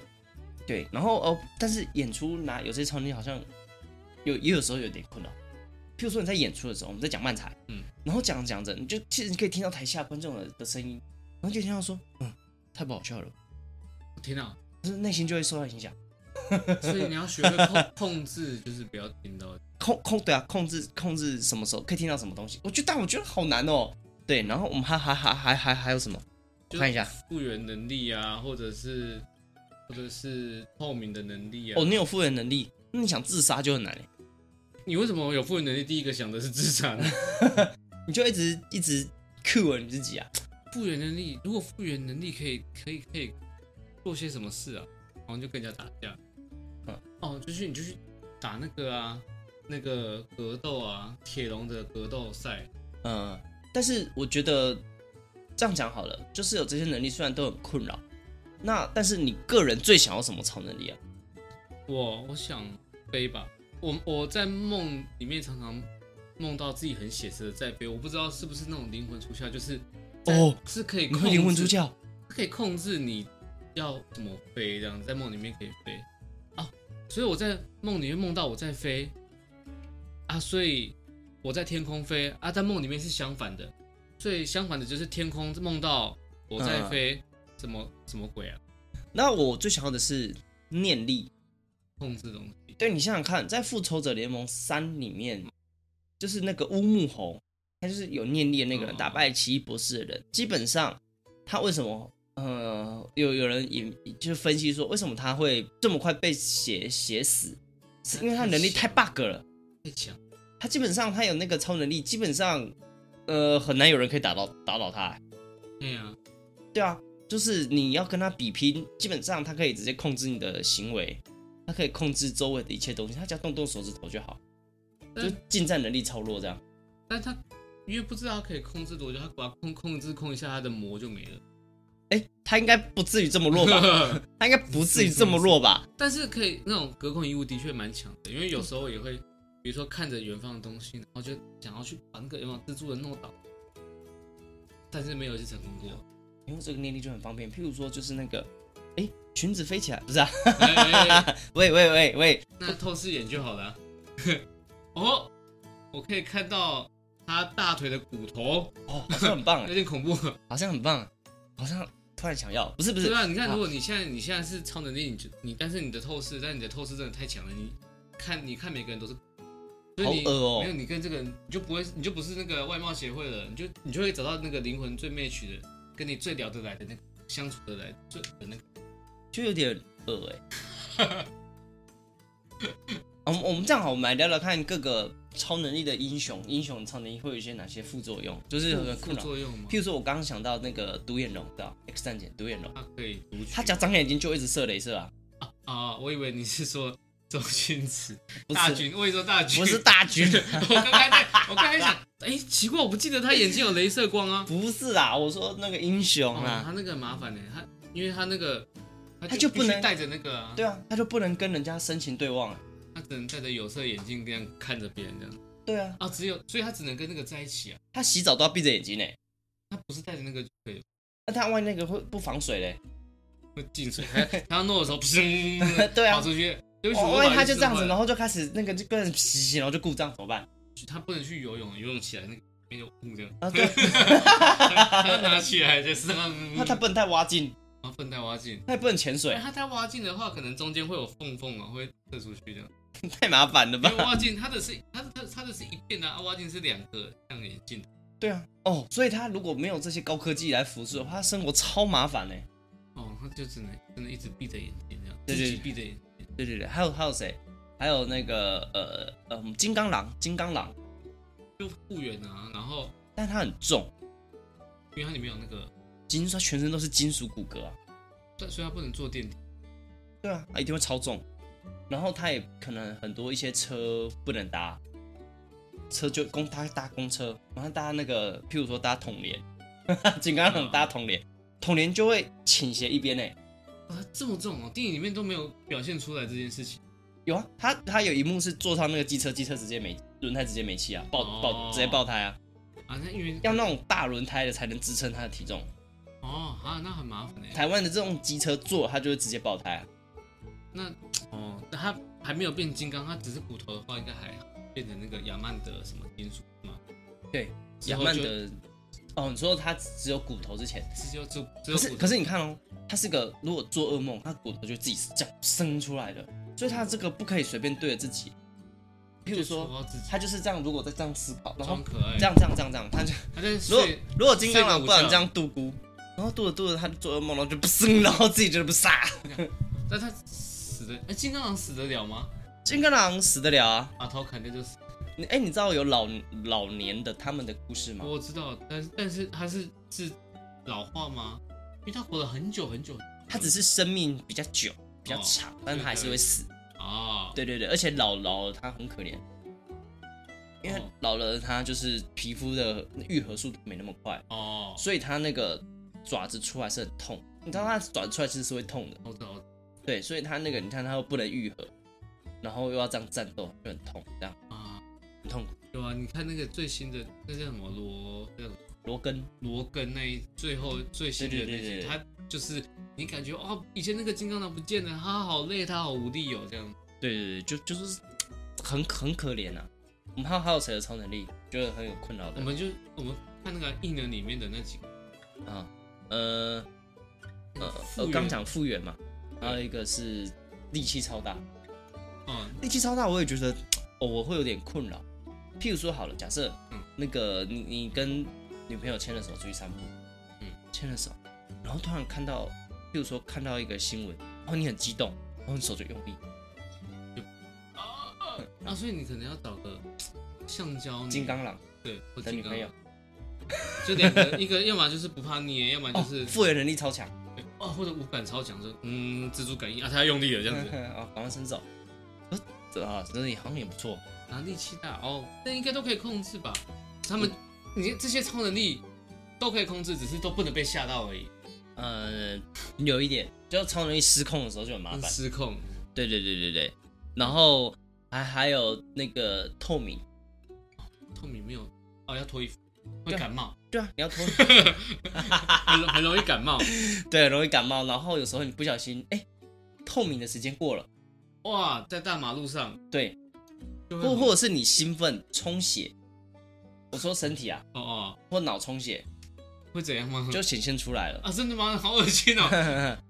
S2: 对，然后哦，但是演出拿有些超能力好像有也有时候有点困扰。譬如说你在演出的时候，我们在讲漫才，
S1: 嗯，
S2: 然后讲着讲着，你就其实你可以听到台下观众的的声音，然后就听到说，嗯，太不好笑了，
S1: 天啊！
S2: 就是内心就会受到影响，
S1: 所以你要学会控控制，就是不要听到
S2: 控控对啊，控制控制什么时候可以听到什么东西，我觉得但我觉得好难哦。对，然后我们还还还还还还有什么？我看一下，
S1: 复原能力啊，或者是或者是透明的能力啊。
S2: 哦，你有复原能力，那你想自杀就很难欸，
S1: 你为什么有复原能力？第一个想的是自杀呢？
S2: 你就一直一直 cue 你自己啊。
S1: 复原能力，如果复原能力可以可以可以做些什么事啊？好像就跟人家打架。哦，就是你就去打那个啊，那个格斗啊，铁笼的格斗赛，
S2: 嗯，但是我觉得这样讲好了，就是有这些能力虽然都很困扰，那但是你个人最想要什么超能力啊？
S1: 我我想飞吧，我我在梦里面常常梦到自己很写实的在飞，我不知道是不是那种灵魂出窍，就是在
S2: 哦
S1: 是可以
S2: 你
S1: 控
S2: 会
S1: 制
S2: 灵魂出，窍？
S1: 可以控制你要怎么飞，这样在梦里面可以飞啊，所以我在梦里面梦到我在飞啊，所以我在天空飞啊，在梦里面是相反的，所以相反的就是天空梦到我在
S2: 嗯
S1: 飞，什么什么鬼啊，
S2: 那我最想要的是念力，
S1: 控制东西，
S2: 对你想想看，在《复仇者联盟三》里面，就是那个乌木猴，他就是有念力的那个人，
S1: 嗯
S2: 打败奇异博士的人。基本上，他为什么呃有有人也就是分析说，为什么他会这么快被写写死，是因为他能力太 bug 了。
S1: 太强了，
S2: 他基本上他有那个超能力，基本上呃很难有人可以打到打倒他、
S1: 对啊，
S2: 对啊，就是你要跟他比拼，基本上他可以直接控制你的行为，他可以控制周围的一切东西，他只要动动手指头就好。就
S1: 但
S2: 近战能力超弱这样。
S1: 但他因为不知道他可以控制多久，他把它控控制控一下，他的魔就没了。
S2: 哎、他应该不至于这么弱 [laughs] 吧？他应该不至于这么弱吧？
S1: 但是可以那种隔空一物的确蛮强的，因为有时候也会，比如说看着远方的东西，然后就想要去把那个远方蜘蛛人弄倒，但是没有一次成功过。
S2: 因为这个念力就很方便。譬如说，就是那个，哎、裙子飞起来，不是啊？
S1: 哎哎哎
S2: [laughs] 喂喂喂喂，
S1: 那透视眼就好了啊。 [laughs] 哦，我可以看到他大腿的骨头，
S2: 哦，好像很棒
S1: 有
S2: 哎，
S1: 点恐怖。
S2: 好像很棒，啊好像突然想要，不是不是
S1: 对，啊，你看，
S2: 好
S1: 如果你现在你现在是超能力，你就你但是你的透视，但你的透视真的太强了，你看你看每个人都是，所以你
S2: 好恶哦
S1: 没有你跟这个人你就不会，你就不是那个外貌协会了，你就你就会找到那个灵魂最 match 的，跟你最聊得来的那个相处得来最的那个。
S2: 就有点恶哎。 [laughs] 我们我们这样好，我们来聊聊看各个超能力的英雄，英雄超能力会有一些哪些副作用，就是啊很
S1: 副
S2: 困扰。
S1: 作用吗
S2: 譬？如说，我刚刚想到那个独眼龙，对吧？X 战警独眼龙，
S1: 它可以读取
S2: 他只要张开眼睛就一直射镭射啊。
S1: 啊，我以为你是说周星驰
S2: 不
S1: 大
S2: 是
S1: 军，我跟你说 [laughs] 大军
S2: 不是，大
S1: [laughs]
S2: 军，啊
S1: 我刚才在我刚才想，哎、奇怪，我不记得他眼睛有镭射光啊。
S2: 不是啊，我说那个英雄
S1: 哦，
S2: 啊
S1: 他，那个很麻烦呢，他因为他那个
S2: 他就不能
S1: 必须戴着那个啊，
S2: 对啊，他就不能跟人家深情对望啊，
S1: 他只能戴着有色眼镜这样看着别人这样
S2: 对啊，
S1: 啊，只有所以他只能跟那个在一起啊，
S2: 他洗澡都要闭着眼睛呢，
S1: 他不是戴着那个就可以
S2: 那他万一那个会不防水嘞，
S1: 会进
S2: [laughs]
S1: 水，还他要弄的时候砰，
S2: 对啊
S1: 跑出去，对不起，
S2: 哦
S1: 我
S2: 万一
S1: 把
S2: 他就这样子，
S1: 弄
S2: 然
S1: 坏
S2: 后就开始那个就跟人洗洗，然后就故障怎么
S1: [laughs]
S2: 办？
S1: 了，他不能去游泳，游泳起来那个 [laughs] 没有雾这样，
S2: 啊，对， [laughs]
S1: 他要拿起来就是让
S2: 那他不能太挖进，
S1: 啊粪带挖进，
S2: 他也不能潜水
S1: [laughs] 但，他太挖进的话，可能中间会有缝缝啊，会射出去这
S2: [laughs]
S1: 样，
S2: 太麻烦了
S1: 因
S2: 吧
S1: 为？挖进他的是他他他的是一片啊，啊挖进是两个像眼镜。
S2: 对啊，哦，所以他如果没有这些高科技来辅助的话，他生活超麻烦欸呢。
S1: 哦，他就只能只能一直闭着眼睛这样，
S2: 对
S1: 自
S2: 对
S1: 己闭着眼睛。
S2: 对对对，还有还有谁？还有那个呃呃金刚狼，金刚狼，
S1: 就复原啊，然后
S2: 但他很重。
S1: 因为它里面有那个，
S2: 金属，他全身都是金属骨骼啊。
S1: 但所以它不能坐电梯，
S2: 对啊，他一定会超重。然后他也可能很多一些车不能搭，车就公他搭公车，然后搭那个，譬如说搭统联， [laughs] 金刚狼搭统联，统联就会倾斜一边欸呢。
S1: 啊、这么重哦，电影里面都没有表现出来这件事情，
S2: 有啊，他他有一幕是坐上那个机车，机车直接没轮胎直接没气啊，爆爆
S1: 哦
S2: 直接爆胎啊，
S1: 啊，那因为
S2: 要那种大轮胎的才能支撑他的体重。
S1: 哦啊，那很麻烦哎，
S2: 台湾的这种机车坐，它就会直接爆胎啊。
S1: 那哦，那它还没有变金刚，它只是骨头的话，应该还好变成那个亚曼德什么金属嘛，
S2: 对，
S1: 之
S2: 亚
S1: 后
S2: 曼
S1: 就
S2: 德，哦，你说他只有骨头之前。
S1: 只有只有只
S2: 可
S1: 有
S2: 是
S1: 骨
S2: 可
S1: 头，
S2: 是你看哦，他是个如果做噩梦，他骨头就自己这样生出来的，所以他这个不可以随便对着自己。譬如
S1: 就戳
S2: 说，
S1: 到自己
S2: 他就是这样，如果再这样思考，然后
S1: 装可爱，
S2: 这样这样这样这样，他就
S1: 它在
S2: 如果
S1: 睡，
S2: 如果金刚狼
S1: 睡个午
S2: 不然
S1: 觉
S2: 这样度孤，然后度着度着他就做噩梦，然后就不生，然后自己就不杀。
S1: 那它死的，哎、金刚狼死得了吗？
S2: 金刚狼死得了啊？
S1: 把头砍掉就死，
S2: 你哎、你知道有老老年的他们的故事吗？
S1: 我知道，但是但是它是是老化吗？因为它活了很久很久，
S2: 他只是生命比较久比较
S1: 哦
S2: 长，但他还是会死。
S1: 啊、啊，
S2: 对对对，而且老老了他很可怜，因为
S1: 哦
S2: 老了他就是皮肤的愈合速度没那么快，
S1: 哦，
S2: 所以他那个爪子出来是很痛。你知道他爪子出来其实是会痛的，
S1: 我知道，我知
S2: 对，所以他那个你看他又不能愈合，然后又要这样战斗，就很痛，这样
S1: 道啊，
S2: 很痛苦。
S1: 有啊，你看那个最新的那叫什么罗那个
S2: 罗根，
S1: 罗根那一最后最新的
S2: 对
S1: 那
S2: 对对
S1: 些，
S2: 对
S1: 他就是你感觉哦，以前那个金刚狼不见了，他好累，他好无力哦，这样。
S2: 对对对，就就是很很可怜啊。我们还有还有谁的超能力觉得很有困扰的？
S1: 我们就我们看那个异能里面的那几个，
S2: 啊，呃呃
S1: 复
S2: 呃，
S1: 原
S2: 刚讲复原嘛，还有一个是力气超大，
S1: 嗯，
S2: 力气超大，我也觉得哦，我会有点困扰。譬如说好了，假设、
S1: 嗯
S2: 那个你你跟女朋友牵着手出去散步，
S1: 嗯，
S2: 牵着手，然后突然看到，譬如说看到一个新闻，然后你很激动，然后你手就用力，
S1: 啊啊，所以你可能要找个橡胶女
S2: 金刚狼
S1: 对，或
S2: 的
S1: 金
S2: 女
S1: 刚
S2: 朋友，
S1: 就两个，一个要么就是不怕捏，要么嗯就
S2: 哦
S1: 是，
S2: 复原能力超强，
S1: 哦，或者五感超强，说嗯，蜘蛛感应啊，他要用力了这样子，
S2: [laughs] 哦，赶快伸手，呃这啊，真的好像也不错，
S1: 啊，力气大哦，但应该都可以控制吧？他们，
S2: 嗯
S1: 你这些超能力都可以控制，只是都不能被吓到而已，
S2: 嗯， [laughs] 有一点，就超能力失控的时候就很麻烦，
S1: 失控
S2: 对对对对对，然后还还有那个透明。
S1: 透明没有哦，要脱衣服会感冒，
S2: 对啊，你要脱，
S1: 很容很容易感冒，
S2: 对，容易感冒。然后有时候你不小心，哎、透明的时间过了，
S1: 哇，在大马路上
S2: 对，
S1: 就会
S2: 或
S1: 很
S2: 或者是你兴奋充血，我说身体啊，
S1: 哦哦，
S2: 或脑充血
S1: 会怎样吗？
S2: 就显现出来了，
S1: [laughs] 啊，真的吗？好恶心
S2: [laughs]
S1: 哦，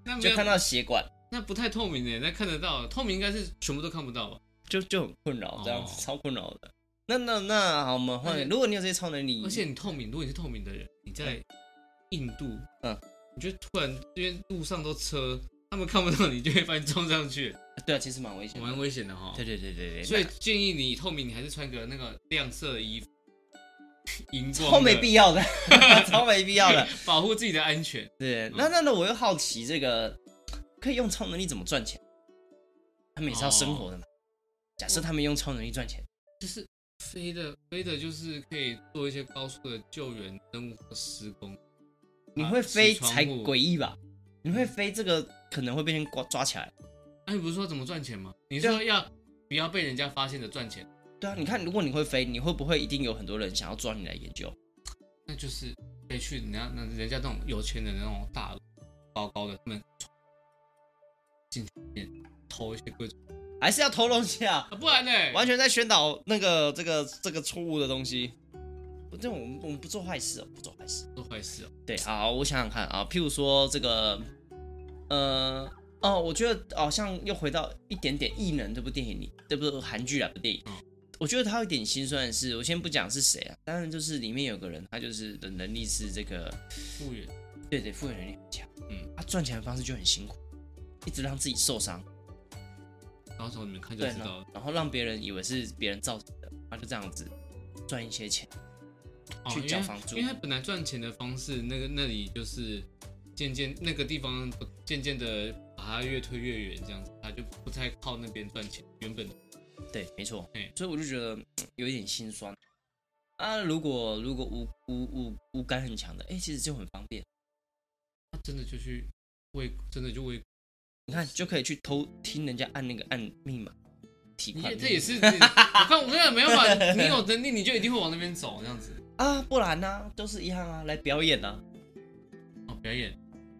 S1: 那没
S2: 就
S1: 有
S2: 看到血管，
S1: 那不太透明的，那看得到，透明应该是全部都看不到吧？
S2: 就就很困扰，这样子、
S1: 哦哎
S2: 超困扰的。那那那好，我们换
S1: 而且
S2: 个，如果你有这些超能力，
S1: 而且你透明，如果你是透明的人，你在印度，
S2: 嗯，
S1: 你就突然因为路上都车，他们看不到你，就会把你撞上去，哦
S2: 对啊，其实蛮危险的。
S1: 蛮危险的哈。
S2: 对对对对对，
S1: 所以建议你透明，你还是穿个那个亮色的衣服， [laughs] 荧光的，
S2: 超没必要
S1: [laughs]
S2: 的，超没必要的。
S1: 保护自己的安全。
S2: 对，那那那我又好奇，这个可以用超能力怎么赚钱？他们也是要生活的嘛。假设他们用超能力赚钱，
S1: 飞的飞的就是可以做一些高速的救援任务和施工，
S2: 你会飞
S1: 起床
S2: 才
S1: 后
S2: 诡异吧？你会飞这个可能会被人抓抓起来。
S1: 哎、你不是说怎么赚钱吗？你
S2: 对啊
S1: 说要不要被人家发现的赚钱？
S2: 对啊，你看，如果你会飞，你会不会一定有很多人想要抓你来研究？
S1: 那就是可以去人家那人家那种有钱人的那种大楼，高高的他们进去里面偷一些贵重，
S2: 还是要偷东西啊？
S1: 啊、不然呢？
S2: 完全在宣导那个这个这个错误的东西。不这种我们我们不做坏事哦，不做坏事。
S1: 做坏事哦。
S2: 对，好，我想想看啊，譬如说这个，呃，哦，我觉得好、像又回到一点点《异能》这部电影里，这部韩剧啊，部电影
S1: 嗯，
S2: 我觉得他有点心酸的是，我先不讲是谁啊，当然就是里面有个人，他就是的能力是这个，
S1: 复原
S2: 对对，复原能力很强，
S1: 嗯，
S2: 他赚钱的方式就很辛苦，一直让自己受伤，
S1: 到时候你们看就
S2: 对，
S1: 知
S2: 然
S1: 道
S2: 后
S1: 了。
S2: 然后让别人以为是别人造成的，他就这样子赚一些钱，
S1: 哦
S2: 去缴房租
S1: 因为因为本来赚钱的方式，那个那里就是渐渐那个地方渐渐的把它越推越远，这样子他就不太靠那边赚钱。原本
S2: 对，没错
S1: 嗯，
S2: 所以我就觉得嗯有一点心酸。啊，如果如果五五五五感很强的，哎、其实就很方便，
S1: 他真的就去为真的就为，
S2: 你看就可以去偷听人家按那个按密码提
S1: 你
S2: 款
S1: 也
S2: 密码，
S1: 这也
S2: [laughs]
S1: 是你我看我跟你讲没办法，你有能力你就一定会往那边走这样子。
S2: 啊，不然呢、都是一样啊，来表演啊，
S1: 哦，表演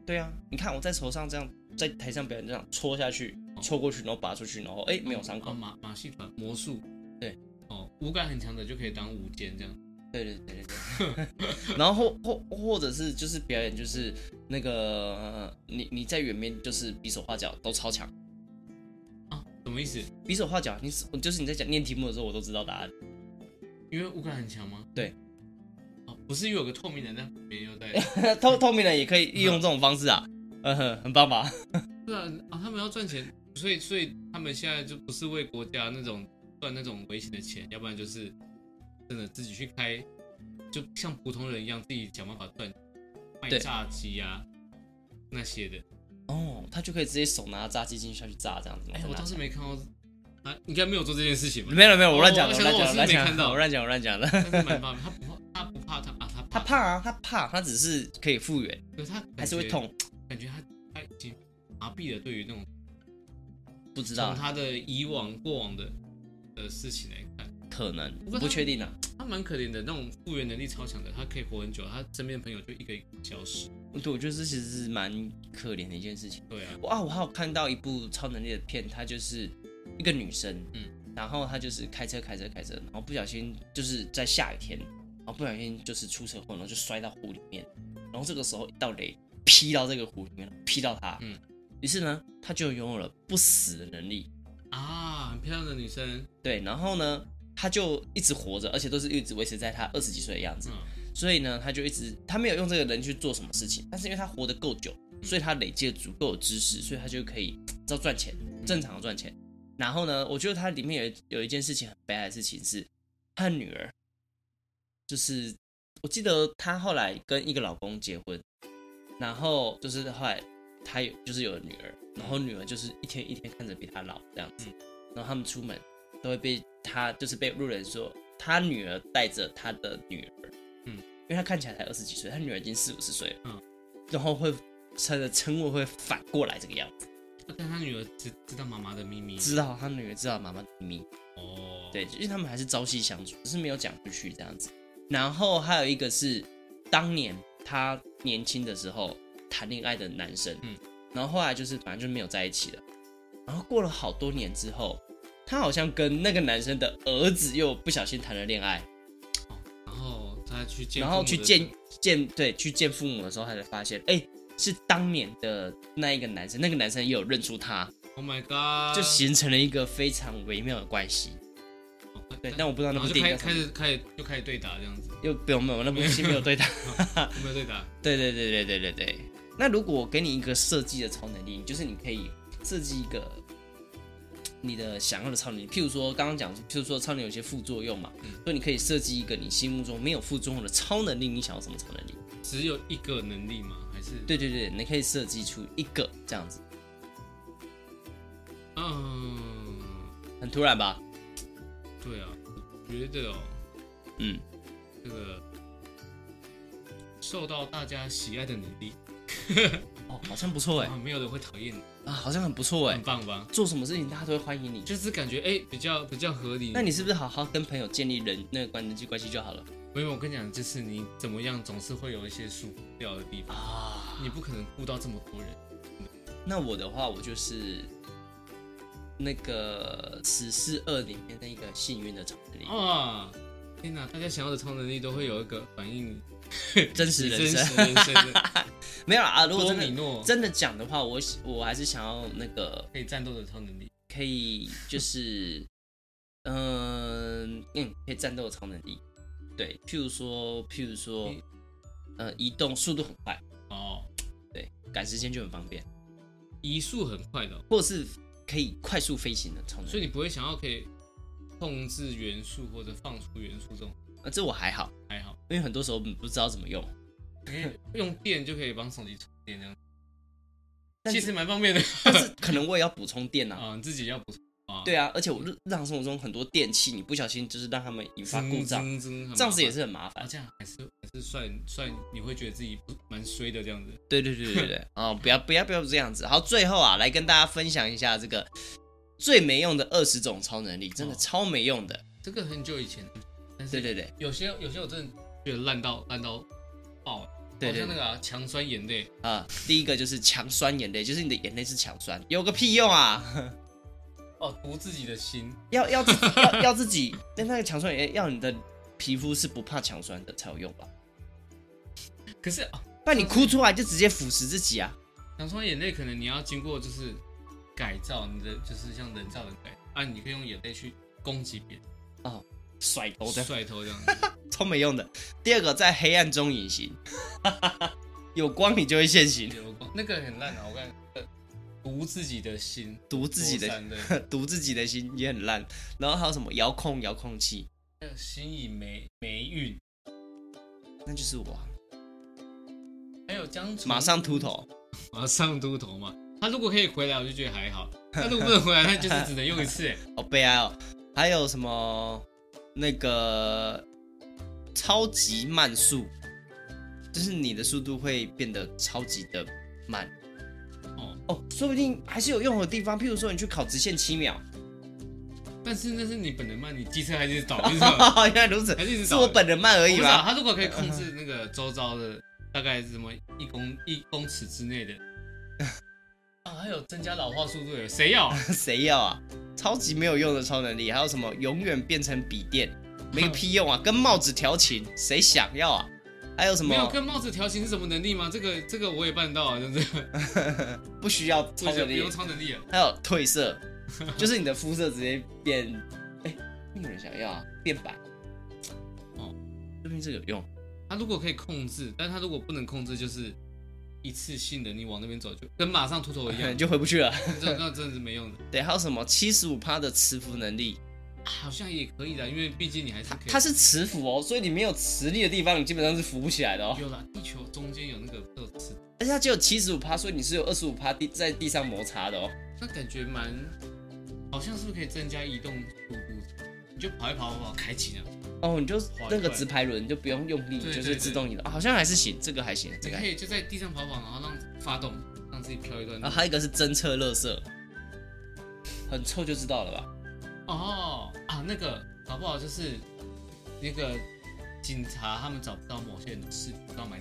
S2: 对啊，你看我在手上这样，在台上表演这样戳下去，戳过去，然后拔出去，然后哎、没有伤口
S1: 哦，，马马戏团魔术，
S2: 对，
S1: 哦，五感很强的就可以当舞间这样。
S2: 对对对对
S1: [laughs]
S2: 对，然后或或或者是就是表演就是那个呃你你在远边就是比手画脚都超强。
S1: 啊，什么意思？
S2: 比手画脚，你是就是你在讲念题目的时候，我都知道答案。 [laughs]
S1: 因为五感很强吗？
S2: 对。
S1: 哦，不是因为有个透明人在旁边又
S2: [laughs]
S1: 在，
S2: 透透明人也可以利用这种方式啊，嗯哼，很棒吧？
S1: 对啊啊，他们要赚钱，所以所以他们现在就不是为国家那种赚那种危险的钱，要不然就是真的自己去开，就像普通人一样自己想办法赚，卖
S2: 对
S1: 炸鸡啊那些的。
S2: 哦，他就可以直接手拿炸鸡进去下去炸这样子。
S1: 哎哎、我倒是没看到啊，应该没有做这件事 [laughs] 情吧？
S2: 没有没有，我乱
S1: 哦
S2: 讲的，
S1: 我想
S2: 乱讲的，
S1: 我是
S2: 乱
S1: 没
S2: 讲
S1: 看
S2: 的，
S1: 到
S2: 我乱讲，我乱讲的。
S1: 但是蛮怕，他不怕，他不怕他啊，他
S2: 他
S1: 怕，
S2: 怕啊，他怕，他只是可以复原，
S1: 可是他
S2: 还是会
S1: 感觉，
S2: 痛，
S1: 感觉他他已经麻痹了对于那种
S2: 不知道
S1: 从，他的以往过往的的事情来看，
S2: 可能
S1: 过他
S2: 不确定啊。
S1: 他蛮可怜的，那种复原能力超强的，他可以活很久，他身边的朋友就一个一个消失。
S2: 对，我觉得这其实是蛮可怜的一件事情。
S1: 对啊，
S2: 哇，我还有看到一部超能力的片，她就是一个女生，
S1: 嗯
S2: 嗯，然后她就是开车开车开车，然后不小心就是在下雨天，然后不小心就是出车祸，然后就摔到湖里面，然后这个时候一道雷劈到这个湖里面，劈到她，
S1: 嗯
S2: 嗯，于是呢，她就拥有了不死的能力，
S1: 啊，很漂亮的女生，
S2: 对，然后呢，她就一直活着，而且都是一直维持在她二十几岁的样子，
S1: 嗯，
S2: 所以呢，他就一直他没有用这个人去做什么事情，但是因为他活得够久，所以他累积了足够的知识，所以他就可以知道赚钱，正常的赚钱。然后呢，我觉得它里面有一有一件事情很悲哀的事情是，他女儿，就是我记得她后来跟一个老公结婚，然后就是后来她有就是有了女儿，然后女儿就是一天一天看着比她老这样子，然后他们出门都会被她就是被路人说她女儿带着她的女儿。因为他看起来才二十几岁，他女儿已经四五十岁了，
S1: 嗯
S2: 然后会他的称谓会反过来这个样子，
S1: 但他女儿知知道妈妈的秘密
S2: 知道他女儿知道妈妈的秘密，
S1: 哦，
S2: 对，因为他们还是朝夕相处，只是没有讲出去这样子。然后还有一个是当年他年轻的时候谈恋爱的男生，
S1: 嗯
S2: 嗯，然后后来就是反正就没有在一起了。然后过了好多年之后，他好像跟那个男生的儿子又不小心谈了恋爱，
S1: 然后他去见，
S2: 然后去见，见对去见父母的时候，他才发现，哎、是当年的那一个男生，那个男生也有认出他，
S1: ，Oh my god，
S2: 就形成了一个非常微妙的关系。
S1: 哦
S2: 对，但我不知道
S1: 然
S2: 那
S1: 后就
S2: 部电
S1: 开
S2: 影叫
S1: 开
S2: 什么
S1: 始开始就开始对打这样子，
S2: 又不用没有那部戏没有对打。
S1: 有没有对打？
S2: 对对对对对对对。那如果我给你一个设计的超能力，就是你可以设计一个你的想要的超能力，譬如说刚刚讲，譬如说超能力有些副作用嘛，所以你可以设计一个你心目中没有副作用的超能力，你想要什么超能力？
S1: 只有一个能力吗？还是
S2: 对对对，你可以设计出一个这样子。
S1: 嗯，
S2: 很突然吧？
S1: 对啊，我觉得哦，
S2: 嗯，
S1: 这个受到大家喜爱的能力，
S2: 哦，好像不错哎
S1: 啊，没有人会讨厌你，
S2: 啊，好像很不错哎
S1: 很，棒吧？
S2: 做什么事情大家都会欢迎你。
S1: 就是感觉哎、比较比较合理。
S2: 那你是不是好好跟朋友建立人那个关人际关系就好了
S1: 没有，我跟你讲，就是你怎么样，总是会有一些疏忽掉的地方，
S2: 啊？
S1: 你不可能顾到这么多人。
S2: 那我的话，我就是那个《死侍二》里面那个幸运的超能力，
S1: 啊！天哪，大家想要的超能力都会有一个反映你
S2: [laughs] 真实
S1: 你
S2: 人
S1: [laughs] 真
S2: 生
S1: 实人生的
S2: 没有啦 [laughs] 啊。如果
S1: 多
S2: 真
S1: 米
S2: 的
S1: 诺
S2: 真的讲的话，我我还是想要那个
S1: 可以战斗的超能力。
S2: 可以就是，嗯、嗯，可以战斗的超能力，对，譬如说，譬如说
S1: 你，
S2: 呃，移动速度很快，
S1: 哦，
S2: 对，赶时间就很方便，
S1: 移速很快的哦、
S2: 或者是可以快速飞行的超能
S1: 所以
S2: 力，
S1: 你不会想要可以控制元素或者放出元素这种，
S2: 呃，这我还好，
S1: 还
S2: [laughs]
S1: 好，
S2: 因为很多时候我们不知道怎么用，
S1: 因为用电就可以帮手机充电这样，
S2: 但
S1: 其
S2: 是
S1: 实蛮方便的。 [laughs]
S2: 但是可能我也要补充电啊。
S1: 啊，你自己要补充啊，
S2: 对啊，而且我日日常生活中很多电器，你不小心就是让他们引发
S1: 噌，
S2: 故障，
S1: 噌噌很麻烦
S2: 这样子也嗯是很麻
S1: 啊，
S2: 烦。
S1: 这样还是还是算算，你会觉得自己不蛮衰的这样子。
S2: 对对对对对 [laughs] 对，哦，不要不要不要这样子。好，最后啊，来跟大家分享一下这个最没用的二十种超能力，真的
S1: 哦
S2: 超没用的。
S1: 这个很久以前，但是
S2: 对对对
S1: 有些有些我真的觉得烂到烂到爆，
S2: 对
S1: 好
S2: 对
S1: 像那
S2: 对
S1: 个啊强酸眼泪，
S2: 啊、第一个就是强酸眼泪，就是你的眼泪是强酸，有个屁用啊！
S1: 哦，毒自己的心，
S2: 要要自 [laughs] 要要自己，但那个强酸也要你的皮肤是不怕强酸的才有用吧？
S1: 可是啊，
S2: 不然你哭出来就直接腐蚀自己啊！
S1: 强酸眼泪可能你要经过就是改造你的，就是像人造人改啊，你可以用眼泪去攻击别人，
S2: 甩头的，
S1: 甩头这样子，
S2: 超没用的。第二个，在黑暗中隐形， [laughs] 有光你就会现形，
S1: 流光那个很烂啊，我看呃毒自己的心，
S2: 读自己
S1: 多
S2: 的
S1: 三的
S2: [laughs] 读自己的心也很烂。然后还有什么遥控遥控器，
S1: 还有心以霉霉运，
S2: 那就是我啊
S1: 还有将
S2: 马上秃头，
S1: 马上秃头嘛，他如果可以回来，我就觉得还好；他如果不能回来，那就是只能用一次。哎
S2: 好悲哀哦。还有什么那个超级慢速，就是你的速度会变得超级的慢。
S1: 哦
S2: 哦，说不定还是有用的地方，譬如说你去考直线七秒。
S1: 但是那是你本人慢，你机车还是倒，就是
S2: [laughs]
S1: 嗯
S2: 原来如此
S1: 还，是你
S2: 是
S1: 倒
S2: 我本人慢而
S1: 我
S2: 已
S1: 不知道
S2: 吧？
S1: 他如果可以控制那个周遭的大概什么一
S2: [laughs]
S1: 公一公尺之内的， [laughs] 啊，还有增加老化速度的，谁
S2: [laughs]
S1: 要啊？
S2: 谁要啊？超级没有用的超能力，还有什么永远变成笔电，没屁用啊！跟帽子调情，谁想要啊？还有什
S1: 没有
S2: 么
S1: 跟帽子调情是什么能力吗？这个这个我也办得到啊， [laughs] 真的，
S2: 不需要
S1: 我觉
S2: 超
S1: 得
S2: 能
S1: 不
S2: 力
S1: 用？超能力啊了。
S2: 还有褪色，就是你的肤色直接变，哎、没有人想要啊，变白。
S1: 哦
S2: 哦，说不定这个有用。
S1: 他如果可以控制，但他如果不能控制，就是一次性的，你往那边走就跟马上秃头一
S2: 可能 [laughs]
S1: 样，
S2: 就回不去了。
S1: 这种那真的是没用的。
S2: 对，还有什么七十五趴的磁浮能力？
S1: 啊好像也可以的，因为毕竟你还是可以。
S2: 它是磁浮哦，所以你没有磁力的地方，你基本上是浮不起来的哦。
S1: 有啦，地球中间有那个特质，
S2: 而且它只有七十五趴，所以你是有二十五趴地在地上摩擦的哦。
S1: 那感觉蛮，好像是不是可以增加移动速度？你就跑一跑，跑开启了，
S2: 哦，你就
S1: 快
S2: 那个直排轮你就不用用力，
S1: 对
S2: 就是
S1: 对
S2: 自
S1: 对
S2: 动移动、啊好像还是行，这个还行，这
S1: 你
S2: 个
S1: 可
S2: 还
S1: 以就在地上跑跑，然后让发动，让自己飘一段路。
S2: 然后还有一个是侦测垃圾，很臭就知道了吧？
S1: 哦啊，那个搞不好就是那个警察他们找不到某些人的事，不知道埋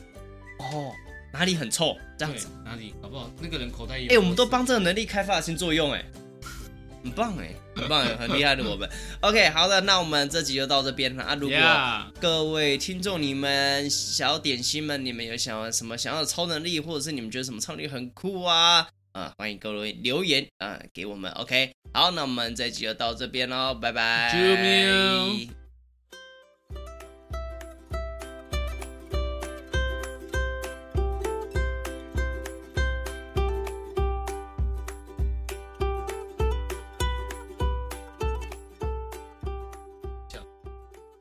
S2: 哦，哪里很臭这样
S1: 对
S2: 子？
S1: 哪里，搞不好那个人口袋也有。
S2: 哎、我们都帮这个能力开发了新作用，哎，很棒哎，很棒哎，很厉害的我们。OK，好的，那我们这集就到这边了啊。如果
S1: Yeah，
S2: 各位听众，你们小点心们，你们有想要什么想要的超能力，或者是你们觉得什么超能力很酷啊？啊、欢迎各位留言啊、给我们。OK，好，那我们这集就到这边喽，拜拜。
S1: 啾喵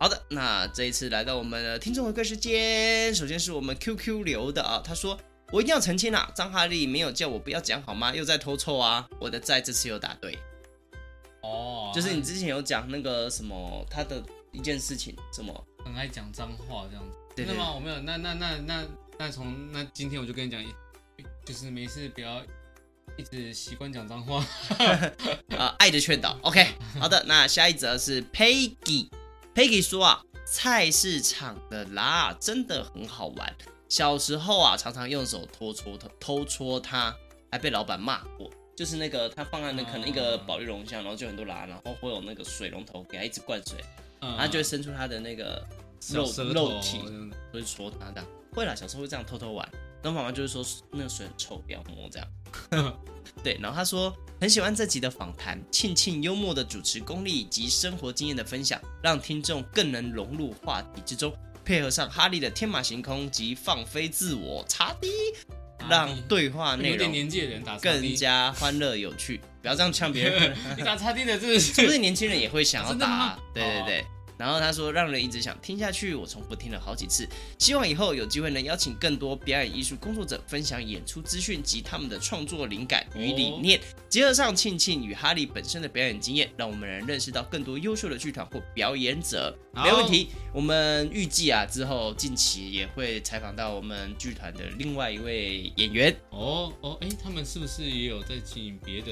S2: 好的，那这一次来到我们的听众回馈时间，首先是我们 QQ 留的啊，他说我一定要澄清啊，张哈利没有叫我不要讲好吗？又在偷臭啊，我的在这次又答对，
S1: 哦，
S2: 就是你之前有讲那个什么他的一件事情，什么
S1: 很爱讲脏话这样子，
S2: 对
S1: 真
S2: 对
S1: 的吗？我没有，那那那那那从那今天我就跟你讲，就是没事不要一直习惯讲脏话。 [laughs]
S2: 呃，爱的劝导。OK，好的，那下一则是 Peggy。Peggy 说啊，菜市场的啦真的很好玩。小时候啊，常常用手偷戳它，偷戳它，还被老板骂过。就是那个他放在那可能一个
S1: 哦
S2: 保利龙箱，然后就很多啦，然后会有那个水龙头给他一直灌水，
S1: 嗯
S2: 然后啊就会伸出他的那个
S1: 小
S2: 肉
S1: 舌头
S2: 肉体
S1: 这，样子
S2: 会戳他这样。会啦，小时候会这样偷偷玩。然后妈妈就是说那个水很臭，不要摸这样。
S1: [laughs]
S2: 对，然后他说很喜欢这集的访谈，庆庆幽默的主持功力以及生活经验的分享，让听众更能融入话题之中，配合上哈利的天马行空及放飞自我，茶滴，让对话内
S1: 啊有点
S2: 容
S1: 年纪的人打叉 D
S2: 更加欢乐有趣。不要这样呛别
S1: [laughs]
S2: 人。
S1: 你打叉 D 的真的
S2: 是 [laughs] 不
S1: 是
S2: 是年轻人也会想要
S1: 真的
S2: 打、
S1: 吗哦
S2: 对对对。然后他说，让人一直想听下去，我重复听了好几次。希望以后有机会能邀请更多表演艺术工作者分享演出资讯及他们的创作灵感与理
S1: 哦
S2: 念，结合上庆庆与哈利本身的表演经验，让我们能认识到更多优秀的剧团或表演者。
S1: 好
S2: 没问题，我们预计啊之后近期也会采访到我们剧团的另外一位演员，
S1: [laughs] 哦哦，哎、他们是不是也有在经营别的？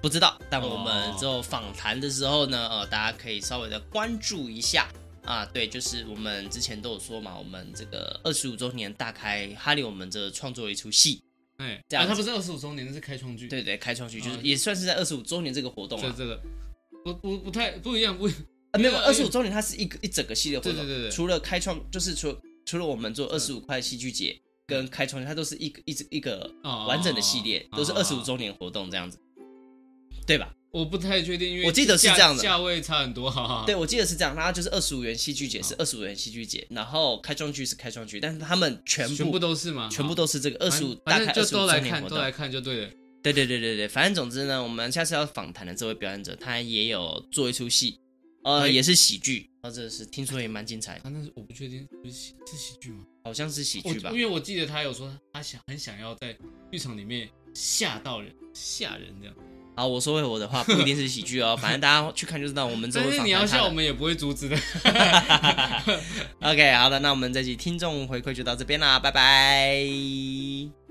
S2: 不知道，但
S1: 哦
S2: 我们之后访谈的时候呢，呃，大家可以稍微的关注一下啊。对，就是我们之前都有说嘛，我们这个二十五周年大开，哈利我们这创作了一出戏，
S1: 哎、
S2: 这样
S1: 啊，
S2: 子
S1: 他不是二十五周年，那是开创剧，，
S2: 对对，开创剧就是
S1: 嗯
S2: 也算是在二十五周年这个活动
S1: 这
S2: 啊。
S1: 这个不不不太不一样，不一样
S2: 啊，没有，
S1: 因为
S2: 二十五周年它是一个一整个系列活动，啊
S1: 对对对对
S2: 除了开创，就是除除了我们做二十五块戏剧节
S1: 嗯
S2: 跟开创，它都是一个一直一个
S1: 哦
S2: 完整的系列，都是
S1: 哦
S2: 二十五周年活动这样子，对吧？
S1: 我不太确定，因为
S2: 我记得是
S1: 价
S2: 这样的
S1: 价位差很多，哈哈。
S2: 对，我记得是这样，它就是二十五元戏剧节是二十五元戏剧节，然后开创剧是开创剧，但是他们全部
S1: 全部都是嘛，
S2: 全部
S1: 好
S2: 都是这个二十五大
S1: 反
S2: 概
S1: 正
S2: 二
S1: 就
S2: 十
S1: 都
S2: 五周
S1: 来
S2: 年
S1: 看，
S2: 活
S1: 都
S2: 动
S1: 来。看就对了。
S2: 对对对对对，反正总之呢，我们下次要访谈的这位表演者，他也有做一出戏，呃，
S1: 哎
S2: 也是喜剧，或者是听说也蛮精彩的，
S1: 反正我不确定啊是喜是喜剧吗？
S2: 好像是喜
S1: 我
S2: 剧吧
S1: 因。为我记得他有说他想很想要在剧场里面吓到人，吓人这样。
S2: 好，我说回我的话，不一定是喜剧
S1: [laughs]
S2: 哦，反正大家去看就知道。我们这
S1: 但
S2: 会
S1: 是
S2: 访
S1: 你
S2: 谈
S1: 要
S2: 他
S1: 笑，
S2: 的
S1: 我们也不会阻止
S2: [laughs]
S1: 的。
S2: OK，好的，那我们这期听众回馈就到这边啦，拜拜。